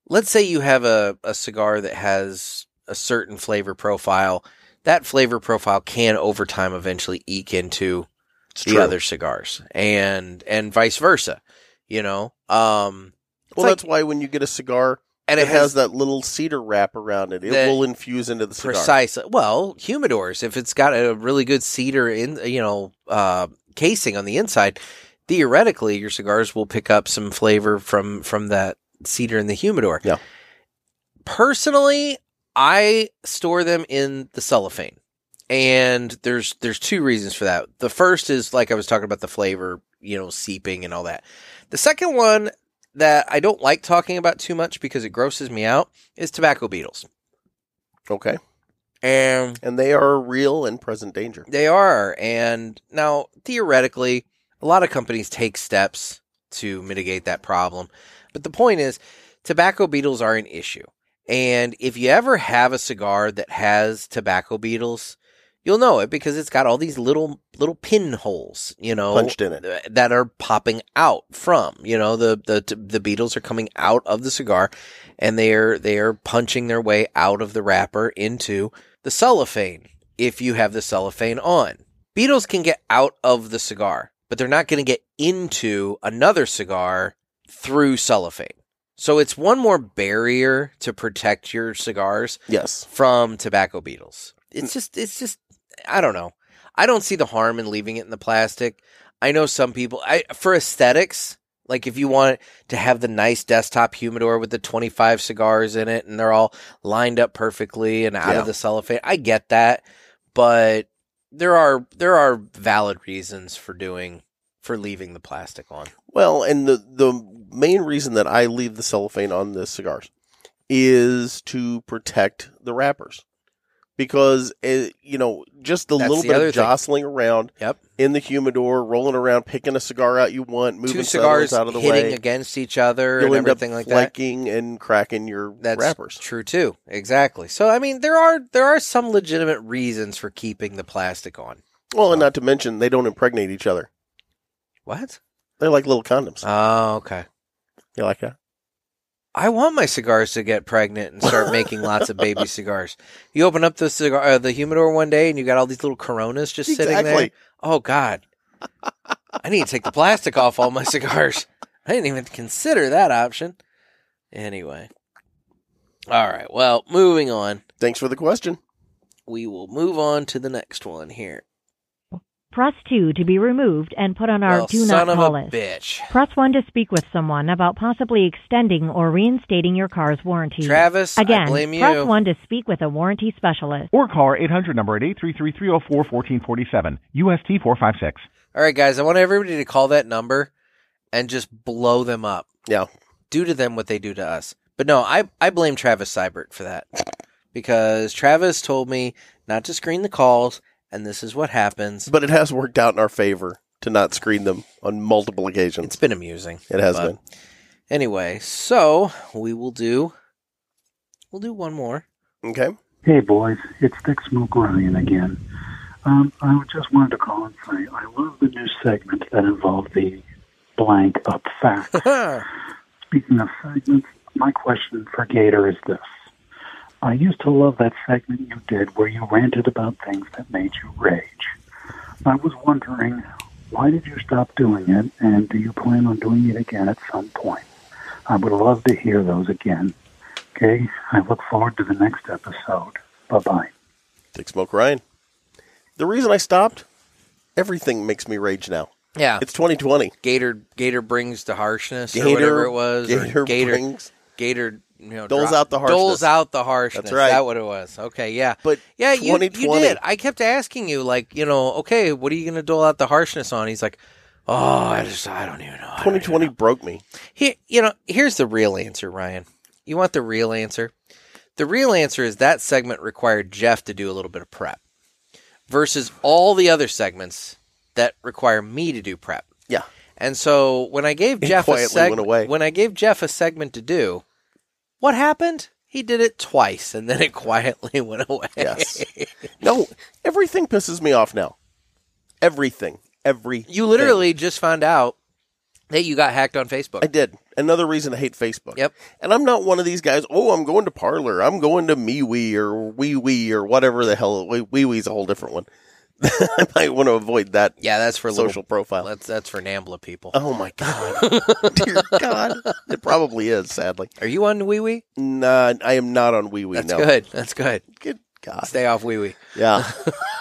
let's say you have a, a cigar that has a certain flavor profile, that flavor profile can over time eventually eke into
It's
the other cigars and and vice versa, you know. Um
Well,
like-
that's why when you get a cigar
and
and
it,
it has
that
that little cedar wrap around it, it
The-
will infuse into the cigar.
precise well, humidors if it's got a really good cedar in you know uh casing on the inside, theoretically your cigars will pick up some flavor from from that cedar in the humidor.
Yeah.
Personally, I store them in the cellophane. And there's there's two reasons for that. The first is like I was talking about the flavor, you know, seeping and all that. The second one that I don't like talking about too much because it grosses me out is tobacco beetles.
Okay,
And
and they are a real and present danger.
they are. And now, theoretically, a lot of companies take steps to mitigate that problem. But the point is, tobacco beetles are an issue. And if you ever have a cigar that has tobacco beetles, you'll know it because it's got all these little little pinholes, you know,
Punched in it.
th- that are popping out from. You know, the the the beetles are coming out of the cigar, and they are they are punching their way out of the wrapper into the cellophane. If you have the cellophane on, beetles can get out of the cigar, but they're not going to get into another cigar through cellophane. So it's one more barrier to protect your cigars
Yes.
from tobacco beetles.
Mm.
It's just, it's just, I don't know. I don't see the harm in leaving it in the plastic. I know some people, I for aesthetics, like if you want to have the nice desktop humidor with the 25 cigars in it and they're all lined up perfectly and out
Yeah.
of the cellophane, I get that. But there are there are valid reasons for doing for leaving the plastic on.
Well, and the the main reason that I leave the cellophane on the cigars is to protect the wrappers. Because eh, you know, just the
That's
little
the
bit
other
of
thing.
jostling around
Yep.
in the humidor, rolling around, picking a cigar out you want, moving
Two cigars
out of the
hitting
way,
against each other
you'll
and
end up
everything like that.
flaking and cracking your
That's
wrappers.
True too. Exactly. So I mean there are there are some legitimate reasons for keeping the plastic on.
Well, and not to mention they don't impregnate each other.
What?
They're like little condoms.
Oh, okay.
you like that?
I want my cigars to get pregnant and start making lots of baby cigars. You open up the cigar uh, the humidor one day and you got all these little coronas just sitting there. Oh god. I need to take the plastic off all my *laughs* cigars. I didn't even consider that option. Anyway. All right. Well, moving on.
Thanks for the question.
We will move on to the next one here.
Press 2 to be removed and put on our
Well,
Do Not
son
Call
of a
list.
bitch.
Press 1 to speak with someone about possibly extending or reinstating your car's warranty.
Travis,
Again,
I blame you.
press 1 to speak with a warranty specialist.
or call our 800 number at 833-304-1447, UST 456.
All right, guys, I want everybody to call that number and just blow them up.
Yeah.
Do to them what they do to us. But no, I, I blame Travis Seibert for that because Travis told me not to screen the calls, and this is what happens.
But it has worked out in our favor to not screen them on multiple occasions.
It's been amusing.
it has
but-
been.
Anyway, so we will do. We'll do one more. *laughs*
Okay.
Hey, boys, it's Dick Smoke Ryan again. Um, I just wanted to call and say I love the new segment that involved the blank up fact.
*laughs*
Speaking of segments, my question for Gator is this. I used to love that segment you did where you ranted about things that made you rage. I was wondering, why did you stop doing it, and do you plan on doing it again at some point? I would love to hear those again. Okay, I look forward to the next episode. Bye bye.
Dick Smoke Ryan. The reason I stopped, everything makes me rage now.
yeah,
It's 2020.
Gator Gator brings the harshness
Gator-
or whatever it was. or
Gator
Gator
brings-
Gator you know,
Doles out the harshness.
Doles out the harshness.
That's right.
That what it was. Okay, yeah.
But
Yeah, you, you
2020.
did. I kept asking you, like, you know, okay, what are you going to dole out the harshness on? He's like, oh, I just, I don't even know. I don't even
2020 broke me.
he, you know, here's the real answer, Ryan. You want the real answer? The real answer is that segment required Jeff to do a little bit of prep versus all the other segments that require me to do prep.
Yeah.
And so when I gave
He
Jeff a
quietly
segment,
went away.
when I gave Jeff a segment to do, what happened? He did it twice and then it *laughs* quietly went away.
Yes. no, everything pisses me off now. Everything. Every.
*laughs* You literally just found out that you got hacked on Facebook.
I did. Another reason to hate Facebook.
Yep.
And I'm not one of these guys, oh, I'm going to Parlor. I'm going to MeWe or WeWe or whatever the hell. WeWe's a whole different one. *laughs* I might want to avoid that
yeah, that's for
social profile.
Little, *laughs* that's that's for Nambla people.
Oh my *laughs* god, dear God! It probably is. Sadly,
Are you on Wee Wee?
nah, I am not on Wee Wee.
That's
No,
good. That's good.
Good God,
Stay off Wee Wee.
yeah.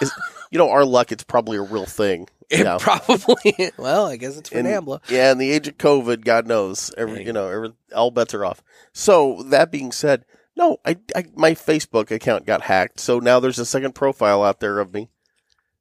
Is- you know, our luck. It's probably a real thing.
*laughs* It
yeah.
probably. *laughs* Well, I guess it's for
in,
Nambla.
yeah, in the age of COVID, God knows, every,
Hey.
you know, every, all bets are off. So that being said, no, I, I, my Facebook account got hacked, so now there's a second profile out there of me.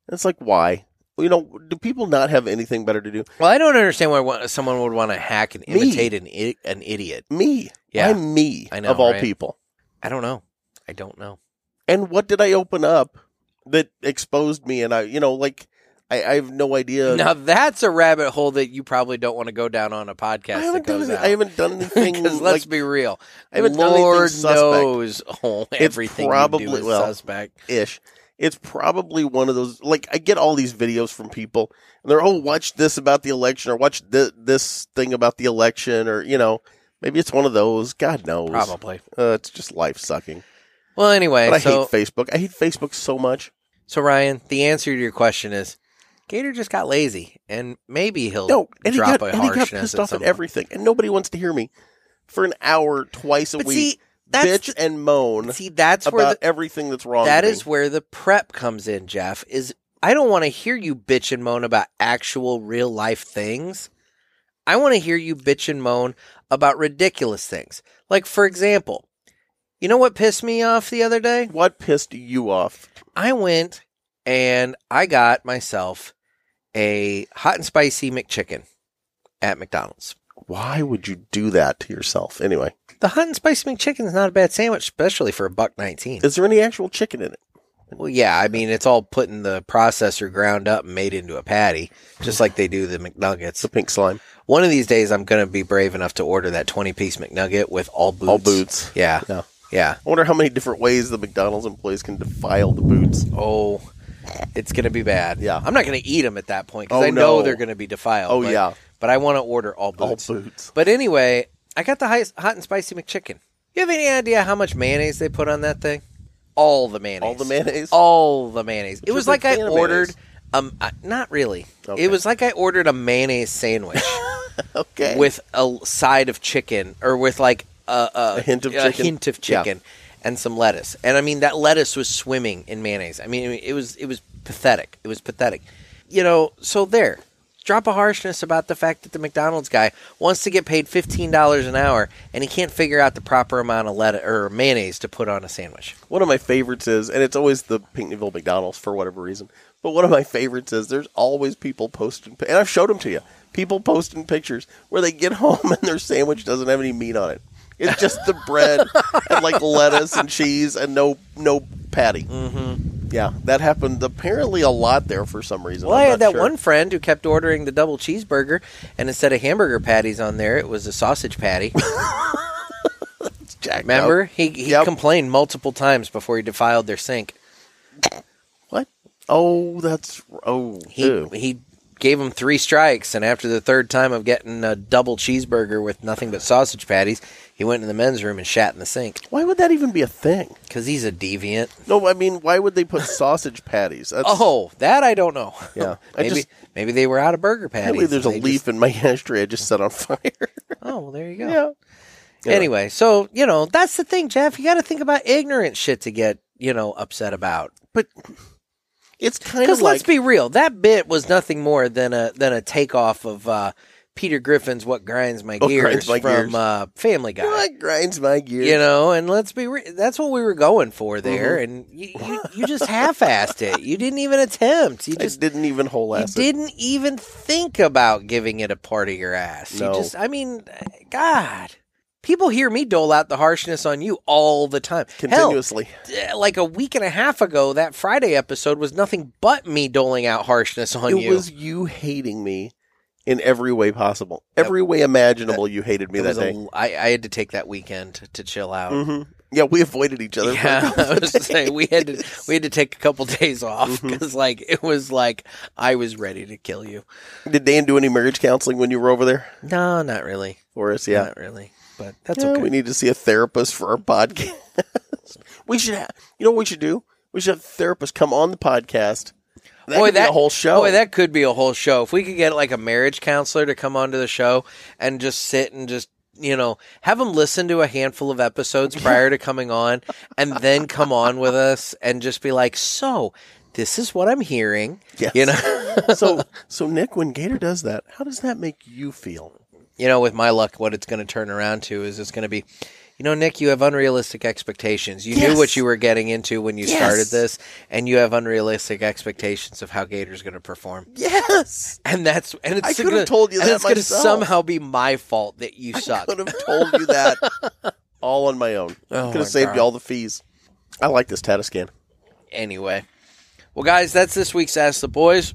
It's like, why? You know, do people not have anything better to do?
Well, I don't understand why wa- someone would want to hack and
Me.
imitate an I- an idiot.
Me,
Yeah.
I'm me
I know,
of all
right?
people.
I don't know. I don't know.
and what did I open up that exposed me? And I, you know, like I, I have no idea.
Now that's a rabbit hole that you probably don't want to go down on a podcast
I haven't
that
done.
goes
Any,
out.
I haven't
*laughs*
done anything.
Because
like,
let's be real,
I haven't done anything
Lord
suspect.
knows oh,
It's
everything you do
probably-
is
well,
suspect.
ish. It's probably one of those. Like I get all these videos from people, and they're oh, watch this about the election, or watch th- this thing about the election, or you know, maybe it's one of those. God knows.
Probably.
Uh, it's just life sucking.
Well, anyway,
But I
so
hate Facebook. I hate Facebook so much.
so Ryan, the answer to your question is Gator just got lazy, and maybe he'll
No, and he
drop
got,
a
and he got
harshness
pissed
at
off at
some point.
everything, and nobody wants to hear me for an hour twice a
But
week,
see, that's
bitch and moan
the, see that's where
about
the,
everything that's wrong.
that
with
is
me.
where the prep comes in, Jeff. Is I don't want to hear you bitch and moan about actual real life things. I want to hear you bitch and moan about ridiculous things. Like for example, you know what pissed me off the other day?
what pissed you off.
I went and I got myself a hot and spicy McChicken at McDonald's.
Why would you do that to yourself? Anyway,
The hot and spicy McChicken is not a bad sandwich, especially for a buck nineteen.
is there any actual chicken in it?
Well, yeah, I mean it's all put in the processor, ground up, and made into a patty, just like they do the
It's
McNuggets.
a pink slime.
One of these days, I'm gonna be brave enough to order that twenty-piece McNugget with all boots.
All boots.
Yeah,
Yeah.
yeah.
I wonder how many different ways the McDonald's employees can defile the boots.
Oh, it's gonna be bad.
Yeah.
I'm not gonna eat them at that point because
Oh,
I know
no.
they're gonna be defiled.
Oh,
but-
yeah.
but I want to order all boots.
All boots.
But anyway, I got the hi- hot and spicy McChicken. You have any idea how much mayonnaise they put on that thing? All the mayonnaise.
All the mayonnaise? *laughs*
All the mayonnaise. it
you're
was
a big
like I
fan of
ordered.
mayonnaise.
Um, I, not really.
Okay.
It was like I ordered a mayonnaise sandwich
*laughs* okay.
with a l- side of chicken, or with like a, a,
A hint of
a
chicken?
hint of
Yeah.
chicken, and some lettuce. And I mean that lettuce was swimming in mayonnaise. I mean it was it was pathetic. It was pathetic. You know. So there, drop a harshness about the fact that the McDonald's guy wants to get paid fifteen dollars an hour, and he can't figure out the proper amount of lettuce or mayonnaise to put on a sandwich.
One of my favorites is, and it's always the Pinckneyville McDonald's for whatever reason. But one of my favorites is there's always people posting, and I've showed them to you. People posting pictures where they get *laughs* home and their sandwich doesn't have any meat on it. It's just the bread and like lettuce and cheese and no no patty. Mm-hmm. Yeah, that happened apparently a lot there for some reason.
Well,
I'm
I
not
had that
sure.
one friend who kept ordering the double cheeseburger, and instead of hamburger patties on there, it was a sausage
*laughs*
patty.
Jacked
Remember,
up.
he, he
Yep.
complained multiple times before he defiled their sink.
What? Oh, that's oh.
He
ew.
he gave him three strikes, and after the third time of getting a double cheeseburger with nothing but sausage patties, he went in the men's room and shat in the sink
Why would that even be a thing?
because he's a deviant.
No, I mean, why would they put sausage patties? That's,
*laughs* Oh, that I don't know. *laughs*
Yeah. I
maybe
just-
maybe they were out of burger patties.
Apparently, there's a
and they
leaf
just-
in my *laughs* ashtray I just set on fire.
*laughs* oh, well, there you go.
Yeah.
Anyway, so you know that's the thing, Jeff. You got to think about ignorant shit to get you know upset about.
But it's kind of
Because
like
let's be real, that bit was nothing more than a than a takeoff of uh, Peter Griffin's "What Grinds
*laughs*
My
Oh,
Gears"
Grinds My
from
Gears.
Uh, Family Guy.
what grinds my gears.
You know, and let's be re- that's what we were going for there,
Mm-hmm.
and you, you, you just half-assed it. You didn't even attempt. You
*laughs* I
just
didn't even whole
you
ass it.
didn't even think about giving it a part of your ass.
No.
You just, I mean, God, people hear me dole out the harshness on you all the time. Hell,
continuously.
uh, like a week and a half ago, that Friday episode was nothing but me doling out harshness on
it
you.
was you hating me in every way possible,
Yep.
every way imaginable. you hated me
It
that
was a-
day.
I, I had to take that weekend to chill out.
hmm Yeah, we avoided each other. for a
Yeah, *laughs*
couple
I
of
was saying we had to
days.
we had to take a couple days off
Mm-hmm.
because like it was like I was ready to kill you.
*laughs* Did Dan do any marriage counseling when you were over there
No, not really.
for us? Yeah,
Not really. But that's
Yeah,
Uh, okay.
We need to see a therapist for our podcast. *laughs* we should, ha- you know, what we should do. We should have therapists come on the podcast. That
boy,
could be
that
a whole show.
Boy, that could be a whole show. If we could get like a marriage counselor to come onto the show and just sit and just you know have them listen to a handful of episodes prior to coming on, and then come on with us and just be like, so this is what I'm hearing.
Yes.
You know,
*laughs*
*laughs*
so, so Nick, when Gator does that, how does that make you feel?
you know, with my luck, what it's going to turn around to is it's going to be. You know, Nick, you have unrealistic expectations. You
Yes.
knew what you were getting into when you
Yes.
started this, and you have unrealistic expectations of how Gator's going to perform.
*laughs* Yes,
And that's and it's
I could've
gonna-
told you
and
that
it's gonna
myself.
somehow be my fault that you suck.
could have told you
*laughs*
that all on my own.
Oh,
could
my
have saved
God.
you all the fees. I like this Tatiscan.
Anyway, well, guys, that's this week's Ask the Boys.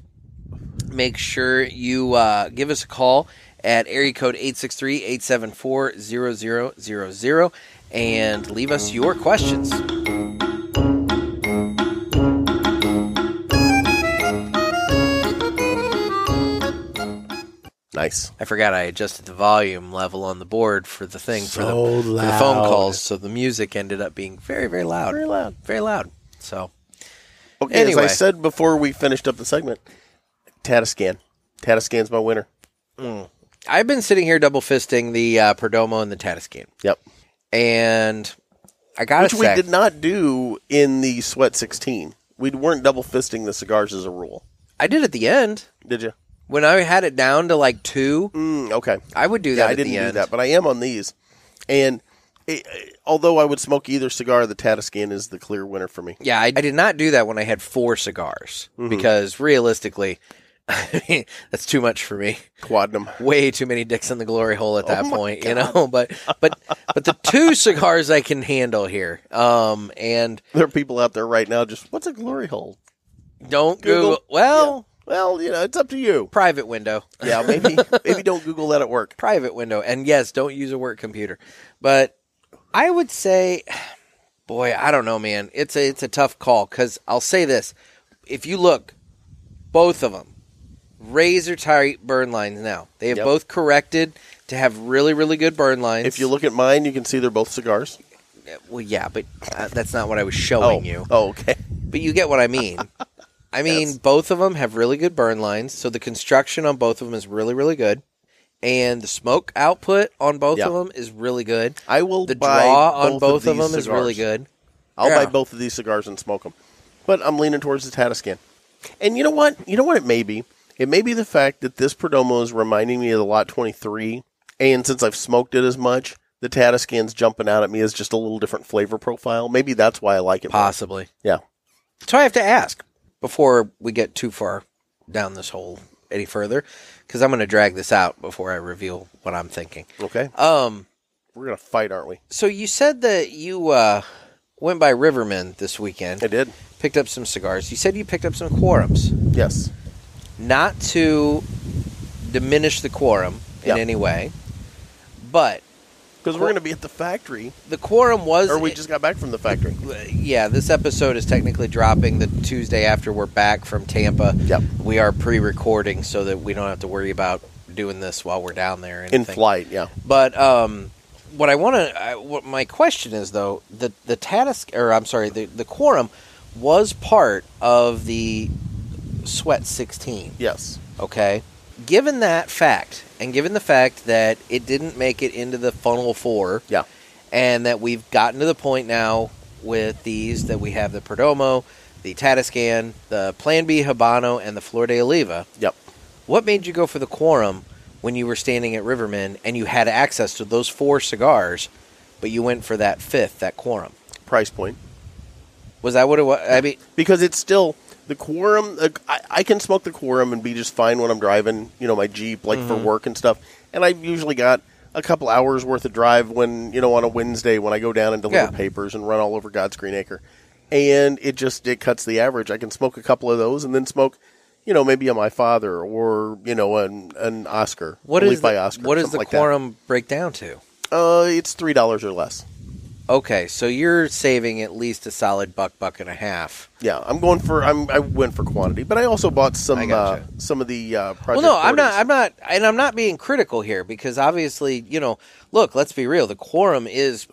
make sure you uh, give us a call at area code 863-874-0000 and leave us your questions.
Nice.
I forgot I adjusted the volume level on the board for the thing for, the,
So
for the phone
loud.
calls, so the music ended up being very, very loud. Very loud. Very loud. So
Okay,
Anyway.
as I said before we finished up the segment, Tatiscan. Tatiscan's my winner.
I've been sitting here double fisting the uh, Perdomo and the Tatiscan,
Yep.
and I gotta
Which we
say,
did not do in the Sweat 16. We weren't double fisting the cigars as a rule.
I did at the end
Did you?
when I had it down to like two.
Mm, okay.
I would do that.
Yeah, I
at
didn't
the
do
end.
that, but I am on these. And it, it- although I would smoke either cigar, the Tatiscan is the clear winner for me.
Yeah, I, I did not do that when I had four cigars
Mm-hmm.
because realistically, *laughs* that's too much for me.
Quadnum.
Way too many dicks in the glory hole at that
Oh my
point, you know. *laughs* But but but the two cigars I can handle here. Um, and
*laughs* There are people out there right now just, what's a glory hole?
don't
Google.
Google. Well,
Well, you know, it's up to you.
private window.
Yeah,
*laughs*
maybe maybe don't Google that at work.
private window. And yes, don't use a work computer. But I would say, boy, I don't know, man. It's a it's a tough call because I'll say this: if you look, both of them razor tight burn lines. Now they have
Yep.
both corrected to have really really good burn lines.
If you look at mine, you can see they're both cigars.
well, yeah, but uh, that's not what I was showing
oh,
you.
Oh, okay.
But you get what I *laughs* mean. I mean, both of them have really good burn lines, so the construction on both of them is really, really good, and the smoke output on both
Yeah.
of them is really good.
I will
the
buy
draw on
both
both of,
these
them is really
cigars.
good.
I'll
Yeah.
buy both of these cigars and smoke them. But I'm leaning towards the Tatiscan. And you know what? You know what it may be? It may be the fact that this Perdomo is reminding me of the Lot 23. And since I've smoked it as much, the Tatiscan's jumping out at me as just a little different flavor profile. Maybe that's why I like it. more.
Possibly.
Yeah.
So I have to ask before we get too far down this hole any further, because I'm going to drag this out before I reveal what I'm thinking.
Okay.
Um,
We're going to fight, aren't we?
so you said that you uh, went by Riverman this weekend,
I did.
picked up some cigars. You said you picked up some quorums.
Yes.
Not to diminish the quorum in
Yeah.
any way, but
Because we're going to be at the factory.
the quorum was.
Or we just got back from the factory.
yeah, this episode is technically dropping the Tuesday after we're back from Tampa.
Yep.
We are pre-recording so that we don't have to worry about doing this while we're down there. or
In
anything.
flight, yeah.
But um, what I want to, what my question is though, the the Tatis, or I'm sorry, the the quorum was part of the Sweat 16.
Yes.
Okay. Given that fact, and given the fact that it didn't make it into the funnel four,
Yeah.
and that we've gotten to the point now with these that we have the Perdomo, the Tatiscan, the Plan B Habano, and the Flor de Oliva.
Yep.
What made you go for the Quorum when you were standing at Riverman and you had access to those four cigars, but you went for that fifth, that Quorum?
Price point.
Was that what it was? I mean,
because it's still the quorum. uh, I, I can smoke the quorum and be just fine when I'm driving, you know, my Jeep, like
Mm-hmm.
for work and stuff. And I've usually got a couple hours worth of drive when, you know, on a Wednesday when I go down and deliver
Yeah.
papers and run all over God's Green Acre. And it just it cuts the average. I can smoke a couple of those and then smoke, you know, maybe a my father or you know an an Oscar.
what
Only
is
by
the,
Oscar?
what does
something
the
like that.
Quorum break down to?
Uh, it's three dollars or less.
Okay, so you're saving at least a solid buck, buck and a half.
Yeah, I'm going for I'm I went for quantity, but I also bought
I
some uh,
gotcha.
some of the uh, project.
Well, no, I'm not.
40s.
I'm not, and I'm not being critical here because obviously, you know, look, let's be real. The quorum is,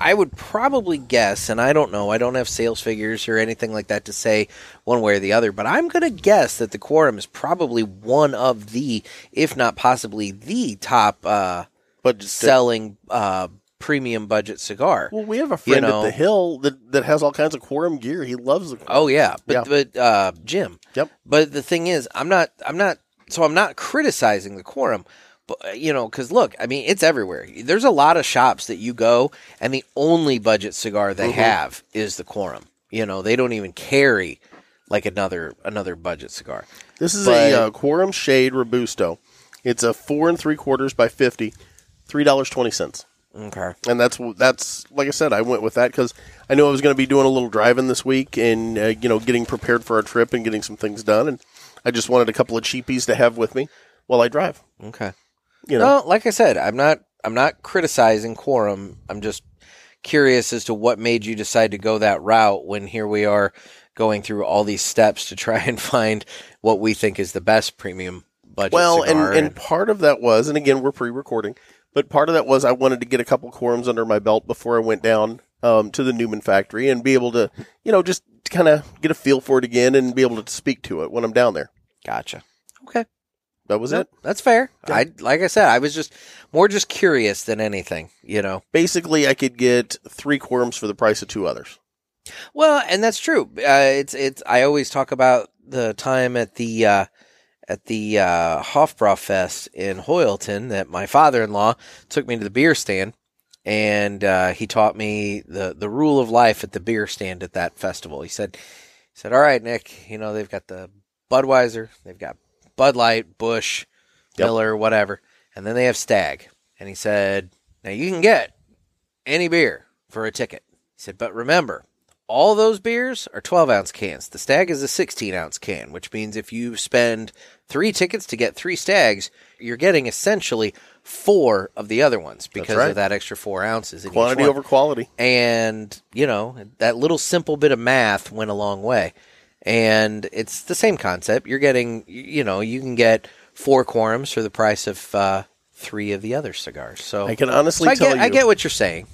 I would probably guess, and I don't know. I don't have sales figures or anything like that to say one way or the other, but I'm going to guess that the quorum is probably one of the, if not possibly the top uh,
but just to-
selling uh, premium budget cigar.
Well, we have a friend
know.
at the Hill that, that has all kinds of quorum gear. He loves the quorum.
Oh yeah, but but uh, Jim.
Yep.
But the thing is, I'm not. I'm not. So I'm not criticizing the quorum, but uh, you know, because look, I mean, it's everywhere. There's a lot of shops that you go, and the only budget cigar they have is the quorum. You know, they don't even carry like another another budget cigar.
This is
But-
a uh, quorum shade robusto. It's a four and three quarters by fifty, three dollars twenty cents,
Okay.
and that's that's like I said, I went with that because I knew I was going to be doing a little driving this week and uh, you know getting prepared for our trip and getting some things done, and I just wanted a couple of cheapies to have with me while I drive.
Okay.
You know,
No, like I said, I'm not I'm not criticizing quorum. I'm just curious as to what made you decide to go that route when here we are going through all these steps to try *laughs* and find what we think is the best premium budget
well, and,
cigar.
and part of that was, and again, we're pre-recording, but part of that was I wanted to get a couple quorums under my belt before I went down um, to the Newman factory and be able to, you know, just kind of get a feel for it again and be able to speak to it when I'm down there.
gotcha. Okay.
That was
Nope,
it.
That's fair.
Yeah.
I like I said, I was just more just curious than anything, you know.
Basically, I could get three quorums for the price of two others.
Well, and that's true. Uh, it's it's. I always talk about the time at the uh, at the uh, Hofbrau Fest in Hoyleton that my father in law took me to the beer stand, and uh, he taught me the the rule of life at the beer stand at that festival. He said, he said, all right, Nick, you know they've got the Budweiser, they've got Bud Light, Bush,
Yep.
Miller, whatever, and then they have Stag. And he said, now you can get any beer for a ticket. He said, but remember, all those beers are 12 ounce cans. The stag is a 16 ounce can, which means if you spend three tickets to get three stags, you're getting essentially four of the other ones because
right.
of that extra four ounces. In
Quantity
each one.
over quality.
And, you know, that little simple bit of math went a long way. And it's the same concept. You're getting, you know, you can get four quorums for the price of uh, three of the other cigars. So
I can honestly
So I
tell
get,
you,
I get what you're saying.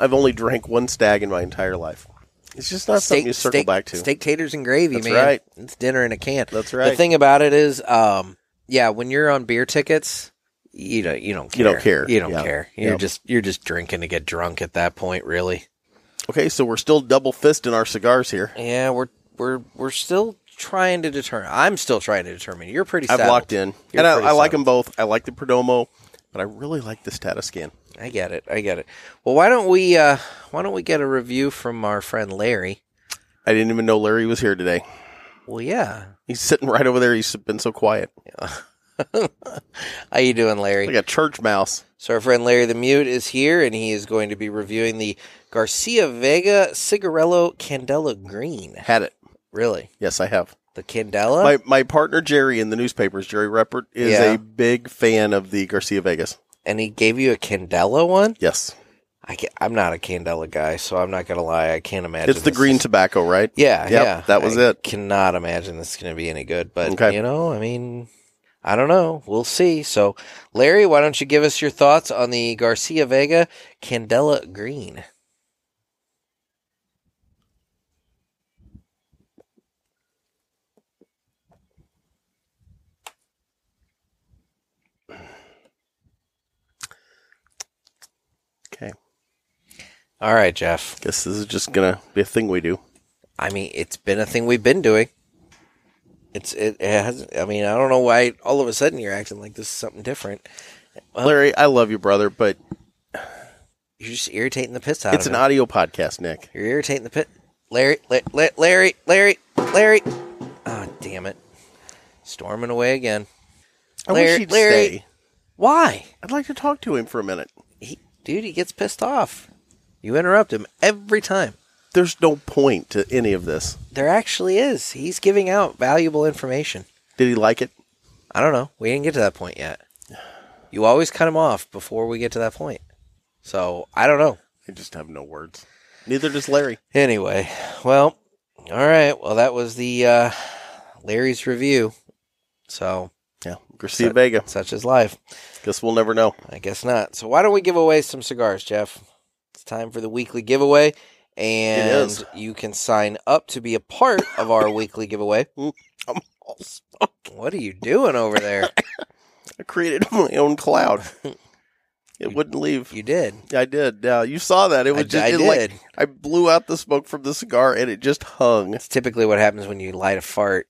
I've only drank one stag in my entire life. It's just not something you circle
steak,
back to.
Steak taters and gravy,
That's
man.
right.
It's dinner in a can.
That's
The
right.
thing about it is, um, yeah, when you're on beer tickets, you don't you don't care.
You don't care.
You don't
Yeah.
care. You're
Yep.
just you're just drinking to get drunk at that point, really.
Okay, so we're still double fisting our cigars here.
Yeah, we're we're we're still trying to determine. I'm still trying to determine. You're pretty.
I've
saddled.
locked in,
You're
and I,
pretty
I like
settled.
them both. I like the Perdomo, but I really like the Status Scan.
I get it. I get it. Well, why don't we uh, why don't we get a review from our friend Larry?
I didn't even know Larry was here today.
Well, yeah.
He's sitting right over there. He's been so quiet,
How you doing, Larry?
like a church mouse.
So our friend Larry the Mute is here, and he is going to be reviewing the Garcia Vega Cigarello Candela Green.
Had it.
Really,
Yes, I have.
the Candela?
My my partner Jerry in the newspapers, Jerry Reppert, is
Yeah.
a big fan of the Garcia Vegas.
and he gave you a Candela one.
Yes,
I can I'm not a Candela guy, so I'm not gonna lie. I can't imagine.
it's the
this
green
is-
tobacco, right?
yeah,
Yep,
yeah.
that was
I
it.
Cannot imagine this is gonna be any good, but
Okay.
you know, I mean, I don't know. We'll see. So, Larry, why don't you give us your thoughts on the Garcia Vega Candela Green?
Okay,
All right, Jeff.
guess this is just gonna be a thing we do.
I mean, it's been a thing we've been doing. It's it, it has. I mean, I don't know why all of a sudden you're acting like this is something different.
Larry, I love you, brother, but
You're just irritating the piss out
it's
of
an
me.
audio podcast, Nick.
You're irritating the pit, Larry, La- La- Larry, Larry, Larry. Oh, damn it! Storming away again.
I
Larry-
wish he'd
Larry.
stay.
Why,
I'd like to talk to him for a minute.
he, dude? He gets pissed off. You interrupt him every time.
There's no point to any of this.
There actually is. He's giving out valuable information.
Did he like it?
I don't know. We didn't get to that point yet. You always cut him off before we get to that point. So I don't know.
I just have no words. Neither does Larry.
Anyway, well, all right. Well, that was the uh, Larry's review. So
Yeah, Garcia Vega.
such is life.
Guess we'll never know.
I guess not. So why don't we give away some cigars, Jeff? It's time for the weekly giveaway, and
is.
you can sign up to be a part
*laughs*
of our weekly giveaway.
I'm all s-
What are you doing
*laughs*
over there?
I created *laughs* my own
*laughs*
cloud. It wouldn't leave.
You did.
I did. Yeah, you saw that. It
I,
was just
I
it
did.
like I blew out the smoke from the cigar and it just hung.
It's typically what happens when you light a fart.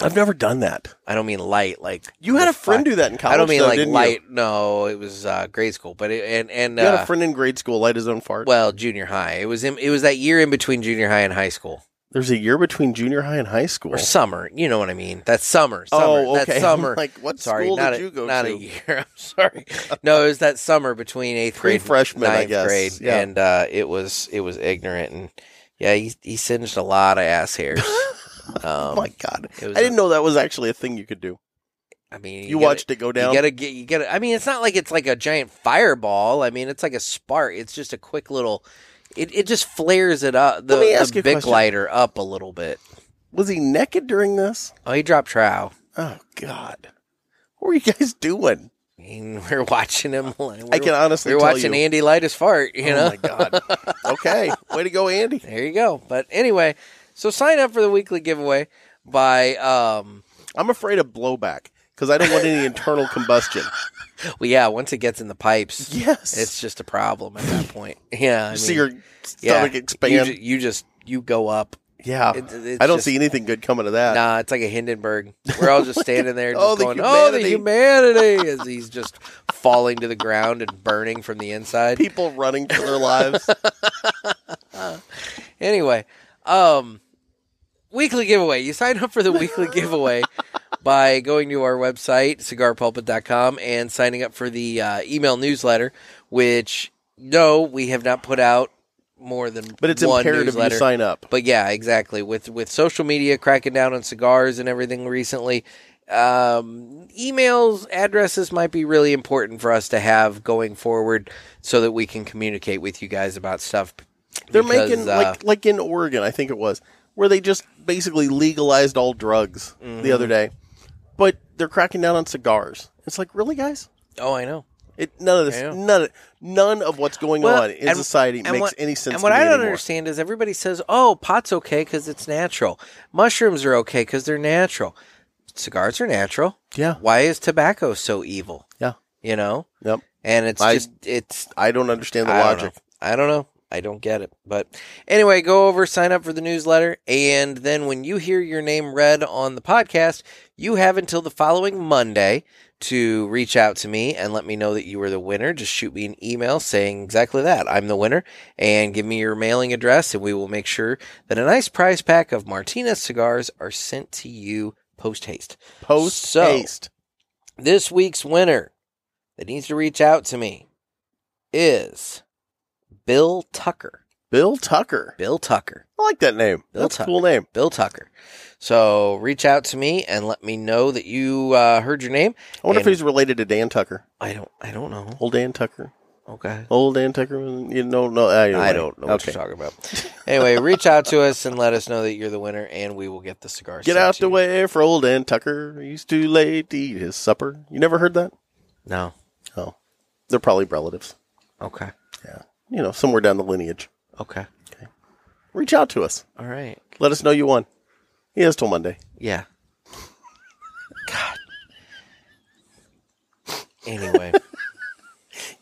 I've never done that.
I don't mean light like
You had
the
a friend
fi-
do that in college.
I don't mean
though,
like
didn't you?
light. No, it was uh, grade school, but it, and and
You had
uh,
a friend in grade school light his own fart.
well, junior high. It was in, it was that year in between junior high and high school
There's a year between junior high and high school.
or summer. You know what I mean? That's summer. summer
oh, okay. *laughs*
That's summer.
I'm like what
sorry,
school
not
did
a,
you go
not
to?
a year. *laughs* I'm
*laughs*
sorry. No, it was that summer between eighth grade, and
Pre-freshman, I
ninth
guess.
grade,
Yeah. *laughs*
and uh, it was it was ignorant and yeah, he he singed a lot of ass hairs. Um,
oh my god!
it was
I didn't
a-
know that was actually a thing you could do.
I mean,
You,
gotta-
watched it go down.
You gotta get. You gotta. I mean, it's not like it's like a giant fireball. I mean, it's like a spark. It's just a quick little. It, it just flares it up. The,
Let me
the
ask you a
Bic
question.
lighter up a little bit.
was he naked during this?
Oh, he dropped trow.
Oh god! What were you guys *laughs* doing?
I mean, *laughs* we're watching him. We're,
I can honestly
we're
tell
watching
you.
Andy light his fart. You know.
Oh my god! okay, way to go, Andy.
There you go. But anyway, so sign up for the weekly giveaway by um
I'm afraid of blowback because I don't want any internal
*laughs*
combustion.
well yeah, once it gets in the pipes,
Yes,
it's just a problem at that point. *laughs* Yeah. I
you
mean,
see your
yeah,
stomach expand.
You, ju- you just you go up.
yeah,
It- it's
Uh, I don't
just-
see anything good coming of that.
Nah, it's like a Hindenburg. We're all just
*laughs*
standing there just
Oh, the
going, Oh the humanity
humanity."
as he's just falling to the ground and burning from the inside.
People running for their
*laughs*
lives.
Anyway, um, weekly giveaway. You sign up for
*laughs*
the weekly giveaway by going to our website, cigarpulpit.com, and signing up for the uh, email newsletter, which, no, we have not put out more than
But it's
one
imperative
newsletter.
you sign up.
But yeah, exactly. With with social media cracking down on cigars and everything recently, um, emails addresses might be really important for us to have going forward, so that we can communicate with you guys about stuff.
They're
Because,
making
uh,
like like in Oregon, I think it was, where they just basically legalized all drugs the other day.
Mm-hmm.
But they're cracking down on cigars. It's like, really, guys?
oh, I know.
It none of this,
Yeah.
none of, none of what's going
Well,
on in
and-
society
and
makes
what-
any sense.
And what
to me
I don't
anymore.
understand is everybody says, "Oh, pot's okay because it's natural. Mushrooms are okay because they're natural. Cigars are natural.
Yeah.
Why is tobacco so evil?
Yeah.
you know.
Yep.
And it's
I-
just it's
I don't understand the
I don't
logic.
know. I don't know. I don't get it. But anyway, go over, sign up for the newsletter, and then when you hear your name read on the podcast, you have until the following Monday to reach out to me and let me know that you were the winner. Just shoot me an email saying exactly that. I'm the winner and give me your mailing address and we will make sure that a nice prize pack of Martinez cigars are sent to you post haste
Post
So-
haste.
this week's winner that needs to reach out to me is Bill Tucker.
Bill Tucker.
Bill Tucker.
I like that name.
Bill
That's a
Tucker.
cool name.
Bill Tucker. So reach out to me and let me know that you uh, heard your name.
I wonder
And-
if he's related to Dan Tucker.
I don't. I don't know.
Old Dan Tucker.
Okay.
Old Dan Tucker. You know, no, anyway.
I don't know what
Okay.
you're talking about. Anyway, reach out to us and let us know that you're the winner, and we will get the cigars.
Get
sent
out
to
the
you.
way for old Dan Tucker. He's too late to eat his supper. You never heard that?
No.
Oh, they're probably relatives.
Okay.
You know, somewhere down the lineage.
Okay.
Reach out to us.
All right.
Let us know you won. He has till Monday.
Yeah. God. Anyway.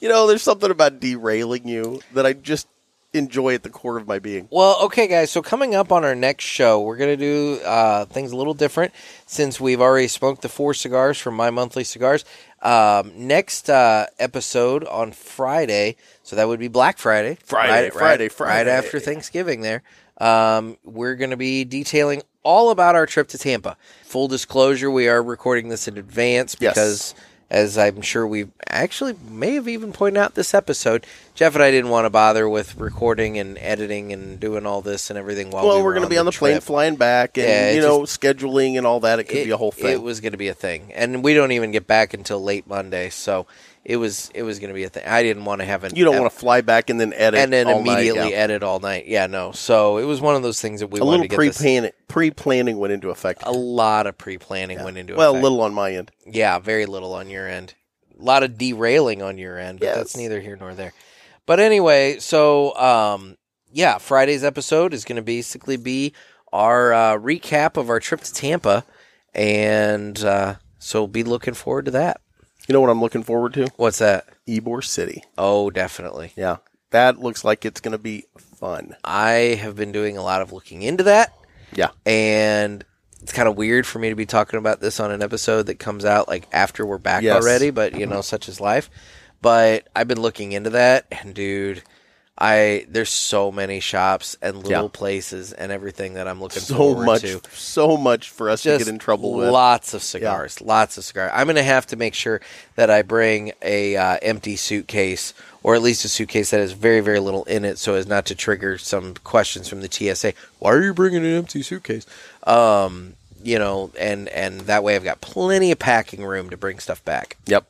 You know, there's something about derailing you that I just enjoy at the core of my being.
Well, okay, guys. So coming up on our next show, we're gonna do uh, things a little different since we've already smoked the four cigars from my monthly cigars. Um, next uh, episode on Friday, so that would be Black Friday,
Friday,
right-
Friday,
right,
Friday.
right after Thanksgiving. There, um, we're gonna be detailing all about our trip to Tampa. Full disclosure: we are recording this in advance
Yes.
because as I'm sure we actually may have even pointed out this episode, Jeff and I didn't want to bother with recording and editing and doing all this and everything while
well,
we
we're
were
going to
on
be on the plane
trip.
flying back and,
Yeah, it
you know, scheduling and all that. It could
it,
be a whole
It
thing.
was going to be a thing, and we don't even get back until late Monday, so it was it was going to be a thing. I didn't want to have an
you don't
ep-
want to fly back and then edit
and then
all night,
immediately
yeah.
edit all night. Yeah, no. So it was one of those things that we
a
wanted
little
to get this-
pre-planning, pre-planning went into effect.
A lot of pre planning went into it.
well, a little on my end.
Yeah, very little on your end. A lot of derailing on your end, but that's
Yes.
neither here nor there. But anyway, so um, yeah, Friday's episode is going to basically be our uh, recap of our trip to Tampa, and uh, so be looking forward to that.
You know what I'm looking forward to?
What's that?
Ybor City.
Oh, definitely.
Yeah. That looks like it's going to be fun.
I have been doing a lot of looking into that.
Yeah.
and it's kind of weird for me to be talking about this on an episode that comes out like after we're back
Yes.
already, but you know, such is life. But I've been looking into that, and dude, I there's so many shops and little
Yeah.
places and everything that I'm looking
so
forward
much,
to.
so much for us to
Just
get in trouble with.
lots of cigars, lots of cigars. I'm going to have to make sure that I bring a uh, empty suitcase, or at least a suitcase that has very very little in it, so as not to trigger some questions from the TSA. Why are you bringing an empty suitcase? Um, you know, and and that way I've got plenty of packing room to bring stuff back.
Yep,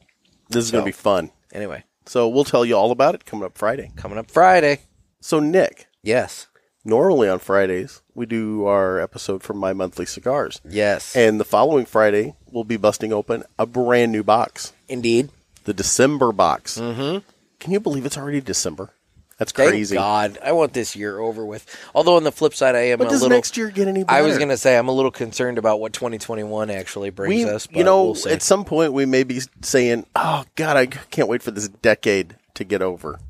this is going
So-
to be fun.
Anyway,
So we'll tell you all about it coming up Friday.
coming up Friday.
So Nick,
Yes,
normally on Fridays we do our episode from My Monthly Cigars,
yes,
and the following Friday we'll be busting open a brand new box,
indeed.
the December box. Mm-hmm. Can you believe it's already December? That's
Thank
crazy.
God, I want this year over with. Although on the flip side, I am
But
a
does
little.
next year get any better?
I was going to say I'm a little concerned about what 2021 actually
we,
brings us. But
you know,
we'll see.
at some point we may be saying, "Oh God, I can't wait for this decade to get over."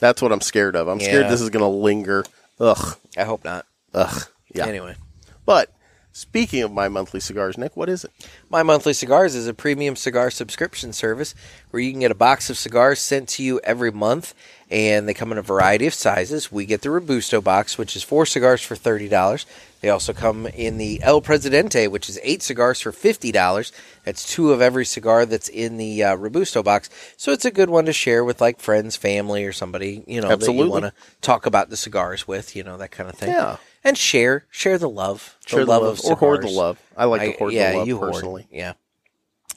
That's what I'm scared of. I'm
Yeah.
scared this is going to linger. Ugh,
I hope not.
ugh. Yeah.
Anyway,
But speaking of my monthly cigars, Nick, what is it?
My Monthly Cigars is a premium cigar subscription service where you can get a box of cigars sent to you every month, and they come in a variety of sizes. We get the Robusto box, which is four cigars for $30. They also come in the El Presidente, which is eight cigars for $50. That's two of every cigar that's in the uh, Robusto box. So it's a good one to share with like friends, family, or somebody, you know, that
Absolutely.
you want to talk about the cigars with, you know, that kind of thing.
Yeah.
And share, share the love,
Share
the love of
or
cigars.
hoard the love. I like
I-
to hoard
yeah,
the love
you hoard.
personally.
Yeah.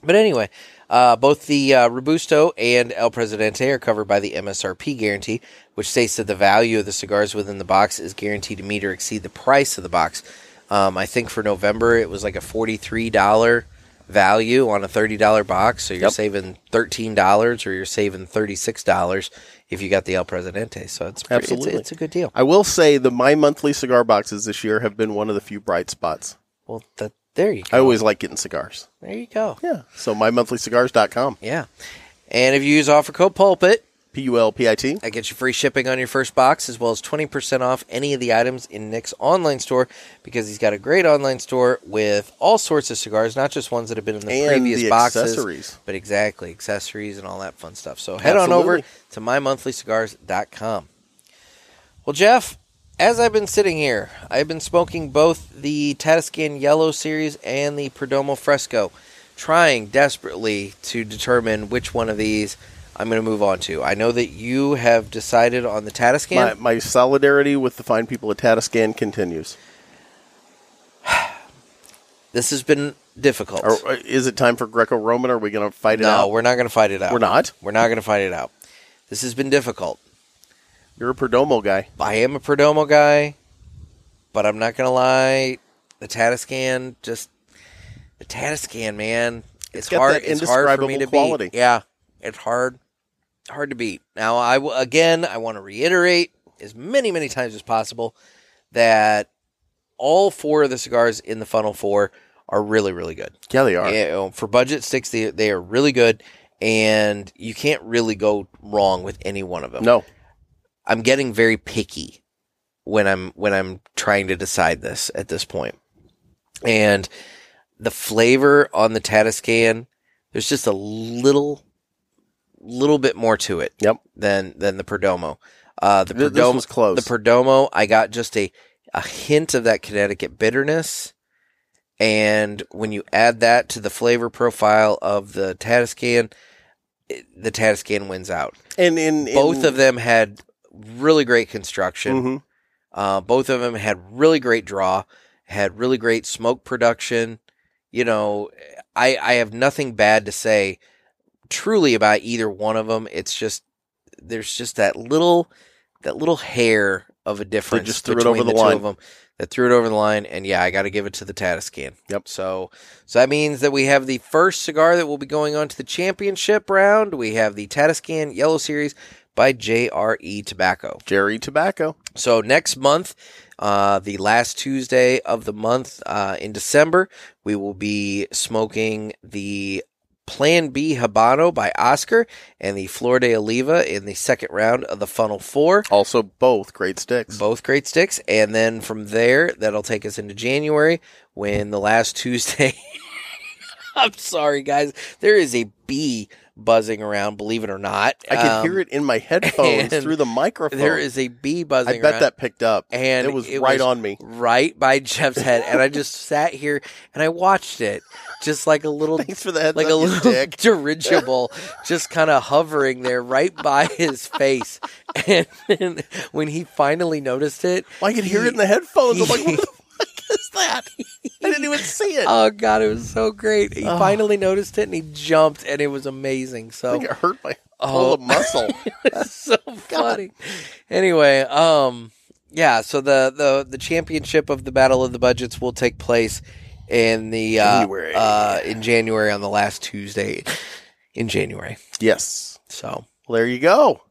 But anyway, uh, both the uh, Robusto and El Presidente are covered by the MSRP guarantee, which states that the value of the cigars within the box is guaranteed to meet or exceed the price of the box. Um, I think for November it was like a forty-three dollar value on a thirty-dollar box, so you're saving thirteen dollars or you're saving thirty-six dollars if you got the El Presidente. So it's pretty, it's-
Absolutely.
it's, a good deal.
I will say the my monthly cigar boxes this year have been one of the few bright spots.
Well, that, there you go.
I always like getting cigars.
There you go.
Yeah. So mymonthlycigars.com.
Yeah. And if you use offer code pulpit,
P U L P I T.
that gets you free shipping on your first box as well as 20% off any of the items in Nick's online store because he's got a great online store with all sorts of cigars, not just ones that have been in the
And
previous
the
boxes.
accessories.
But exactly, accessories and all that fun stuff. So head on
Absolutely.
over to mymonthlycigars.com. Well, Jeff, as I've been sitting here, I've been smoking both the Tatiscan Yellow series and the Perdomo Fresco, trying desperately to determine which one of these I'm going to move on to. I know that you have decided on the
My,
Tatiscan.
my solidarity with the fine people at Tatiscan continues.
this has been difficult.
Are, is it time for Greco Roman? Are we going to fight Oh, it
no,
out?
we're not going to fight it out.
We're not.
We're not going to fight it out. This has been difficult.
You're a Perdomo guy.
I am a Perdomo guy, but I'm not gonna lie. The Tatiscan just the Tatiscan man. It's,
got
hard.
that
It's hard for me
indescribable
to
quality.
beat. Yeah, it's hard, hard to beat. Now, I w- again, I want to reiterate as many many times as possible that all four of the cigars in the funnel four are really really good.
Yeah, they are.
Yeah, you know, for budget sticks, they they are really good, and you can't really go wrong with any one of them.
No.
I'm getting very picky when I'm when I'm trying to decide this at this point. And the flavor on the Tatiscan, there's just a little little bit more to it.
Yep.
Than than the Perdomo. Uh the
Th- this
Perdomo
one's close.
the Perdomo, I got just a a hint of that Connecticut bitterness. And when you add that to the flavor profile of the Tatiscan, it, the Tatiscan wins out
and in, in
both of them had really great construction.
Mhm.
Uh, both of them had really great draw, had really great smoke production. You know, I I have nothing bad to say truly about either one of them. It's just there's just that little that little hair of a difference
just threw it
between
over the
two
line.
of them that threw it over the line. And yeah, I got to give it to the Tatiscan.
Yep.
So so that means that we have the first cigar that will be going on to the championship round. We have the Tatiscan Yellow Series by JRE Tobacco.
Jerry Tobacco.
So next month, uh, the last Tuesday of the month uh, in December, we will be smoking the Plan B Habano by Oscar and the Flor de Oliva in the second round of the Funnel Four.
Also, both great sticks.
Both great sticks. And then from there, that'll take us into January *laughs* when the last Tuesday. I'm sorry, guys. There is a bee buzzing around. Believe it or not,
I can
Um,
hear it in my headphones
*laughs* and
through the microphone.
There is a bee buzzing.
I bet
around.
that picked up,
and
it was right
was
on me. *laughs*
right by Jeff's head, and I just sat here and I watched it, just like a little,
Thanks for the heads
like
up,
a
you
little
dick.
*laughs* dirigible, just kind of hovering there right by his face. And, then when he finally noticed it,
*laughs* Well, I could hear it in the headphones. I'm like, what the
*laughs*
fuck is that? I didn't even see *laughs* it.
oh god, it was so great. He finally noticed it and he jumped, and it was amazing.
I
So
think it hurt my
Oh.
whole muscle.
That's so funny. Anyway, um, yeah. So the the the championship of the Battle of the Budgets will take place in the uh,
January.
uh, in January on the last Tuesday in January.
*laughs* yes.
So
Well, there you go.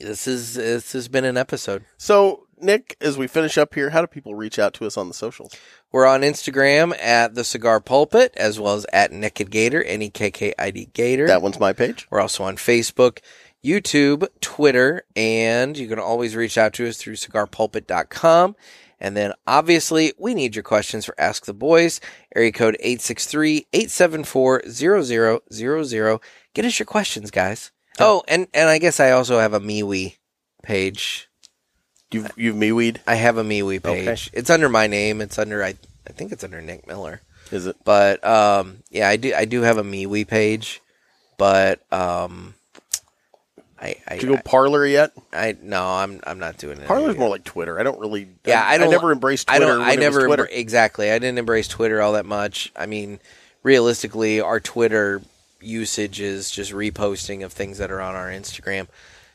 this is this has been an episode.
So, Nick, as we finish up here, how do people reach out to us on the socials?
We're on Instagram at the Cigar Pulpit as well as at Naked Gator, N E K K I D Gator.
That one's my page.
We're also on Facebook, YouTube, Twitter, and you can always reach out to us through cigarpulpit.com. And then obviously, we need your questions for Ask the Boys. Area code 863 874 0000. Get us your questions, guys. Oh, and, and I guess I also have a MeWe page.
You've, you've MeWe'd,
I have a MeWe
Okay.
page. It's under my name. It's under, I, I think it's under Nick Miller.
is it?
But um, yeah, I do I do have a MeWe page, but um, I I,
Did you go Parlor yet?
I, no, I'm I'm not doing it.
Parlor's more like Twitter. I don't really.
Yeah, I
I,
don't-
never embraced
I
Twitter.
don't.
when
I
it was
never
Twitter.
embra- exactly. I didn't embrace Twitter all that much. I mean, realistically, our Twitter usage is just reposting of things that are on our Instagram.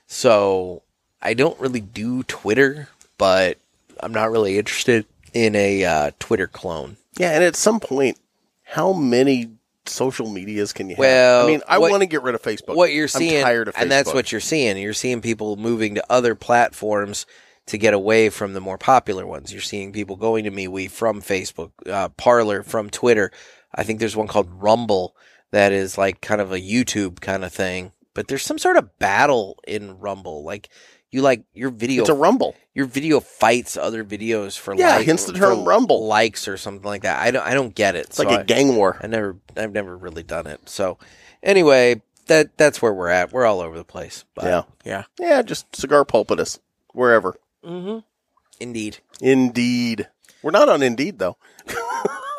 So I don't really do Twitter, but I'm not really interested in a uh, Twitter clone.
Yeah, and at some point, how many social medias can you have?
Well,
I mean, I
what-
want to get rid of Facebook.
what you're
I'm
seeing,
tired of
and that's
Facebook.
what you're seeing. You're seeing people moving to other platforms to get away from the more popular ones. You're seeing people going to MeWe from Facebook, uh, Parlor from Twitter. I think there's one called Rumble that is like kind of a YouTube kind of thing. But there's some sort of battle in Rumble, like you like your video
It's a rumble.
your video fights other videos for
Yeah,
like,
hence the term
for
Rumble.
likes or something like that. I don't I don't get it.
It's
so
like a
I-
gang war.
I never I've never really done it. So anyway, that that's where we're at. We're all over the place. But
Yeah.
Yeah.
Yeah, just cigar pulpit us wherever.
Mm-hmm. Indeed.
Indeed, we're not on Indeed though. *laughs*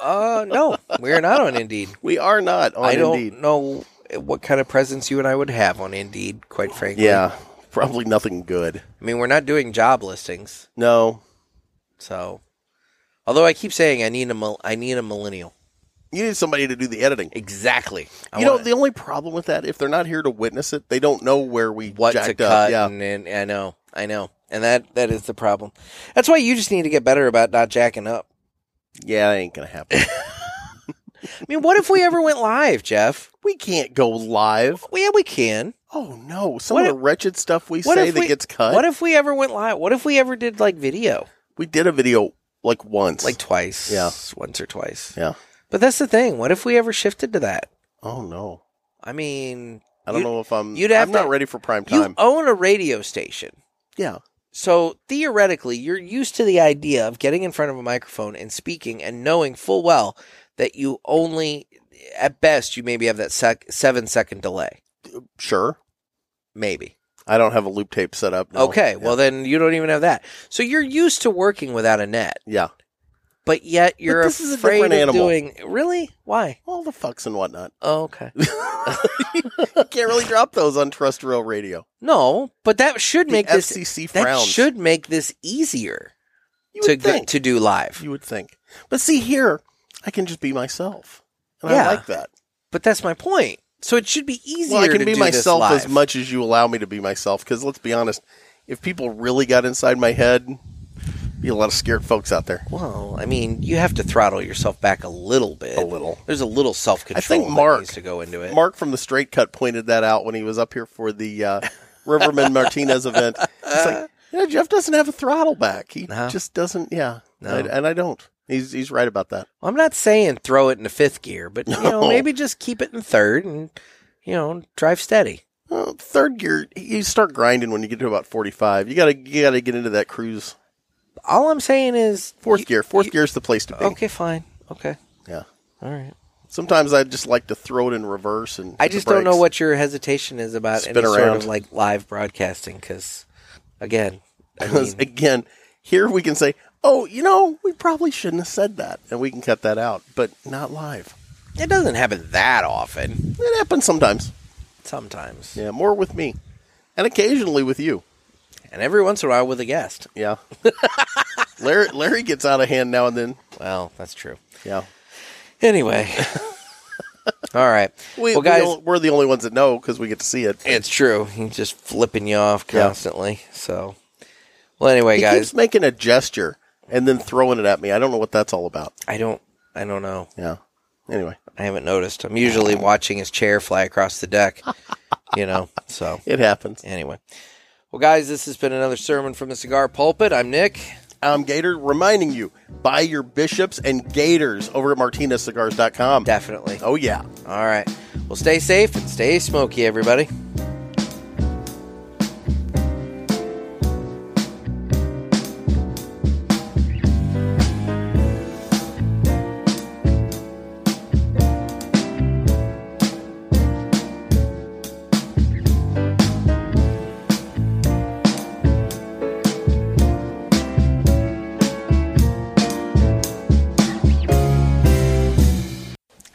Uh no, we're not on Indeed.
We are not *laughs* on
I don't
Indeed.
know what kind of presence you and I would have on Indeed, quite frankly.
Yeah, probably nothing good.
I mean, we're not doing job listings,
No,
so although I keep saying I need a mil- I need a millennial.
you need somebody to do the editing.
Exactly. I
you know,
wanna-
the only problem with that, if they're not here to witness it, they don't know where we
what
jacked
to
up.
cut
Yeah,
and, and I know. I know. And that that is the problem. That's why you just need to get better about not jacking up.
yeah, that ain't gonna happen.
I mean, what if we ever went live, Jeff?
we can't go live.
Well, yeah, we can.
*laughs* Oh no! Some
What
of
if-
the wretched stuff we
what
say
if
that
we-
gets cut.
What if we ever went live? What if we ever did like video,
we did a video like once?
like twice?
Yeah.
once or twice.
Yeah.
But that's the thing. What if we ever shifted to that?
oh no!
I mean,
I don't
you-
know if I'm.
you'd have
I'm not
to-
ready for prime
You
time.
own a radio station,
yeah,
so theoretically, you're used to the idea of getting in front of a microphone and speaking, and knowing full well that you only, at best, you maybe have that sec- seven second delay,
sure.
maybe.
I don't have a loop tape set up. no.
Okay,
Yeah.
well then you don't even have that. So you're used to working without a net.
yeah,
but yet you're
this is a
afraid
different
of
animal.
doing really why
all the fucks and whatnot. *laughs*
oh, okay
Can't really drop those on terrestrial radio.
no but that should
The
make this
FCC
that
frowns.
should make this easier
you
to
would
go-
think.
to do live
you would think, but see here, I can just be myself, and
Yeah.
I like that.
but that's my point so it should be easier
Well, I
to
can be
do
myself
this live.
as much as you allow me to be myself. Because let's be honest, if people really got inside my head, be a lot of scared folks out there.
well i mean you have to throttle yourself back a little bit
A little.
there's a little self-control
think Mark-
that needs to go into it
Mark from the Straight Cut pointed that out when he was up here for the
*laughs*
uh, Riverman Martinez event. It's like, you know, Jeff doesn't have a throttle back. He
No.
just doesn't. Yeah,
No.
I- and I don't. He's he's right about that.
i'm not saying throw it into fifth gear but you
*laughs*
know
No.
maybe just keep it in third and you know drive steady
Well, third gear, you start grinding when you get to about forty-five. You gotta you gotta get into that cruise.
all i'm saying is
Fourth
you-
gear, fourth
you- Oh.
gear's the place to be.
Okay, fine. Okay.
Yeah.
All right.
Sometimes I just like to throw it in reverse and
I
hit the
just don't know
brakes.
what your hesitation is about
Spin
any sort
around.
of like live broadcasting because, again, I
Because
mean,
again, here we can say, "Oh, you know, we probably shouldn't have said that," and we can cut that out, but not live.
it doesn't happen that often.
It happens sometimes.
Sometimes,
Yeah, more with me, and occasionally with you.
and every once in a while with a guest.
Yeah, *laughs* Larry, Larry gets out of hand now and then.
Well, that's true.
Yeah,
Anyway, *laughs* all right.
*laughs* we,
well, guys,
we are the only ones that know because we get to see it.
it's true. He's just flipping you off
Yeah.
constantly. So, well, anyway,
he
guys,
keeps making a gesture and then throwing it at me. I don't know what that's all about.
I don't, I don't know.
Yeah. Anyway,
I haven't noticed. I'm usually watching his chair fly across the deck. You know, so
it happens.
anyway. Well, guys, this has been another sermon from the cigar pulpit. I'm Nick.
I'm Gator reminding you buy your bishops and gators over at martinezcigars.com.
Definitely.
Oh, yeah.
All right. Well, stay safe and stay smoky, everybody.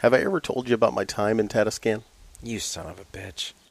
Have I ever told you about my time in Tatiscan?
You son of a bitch.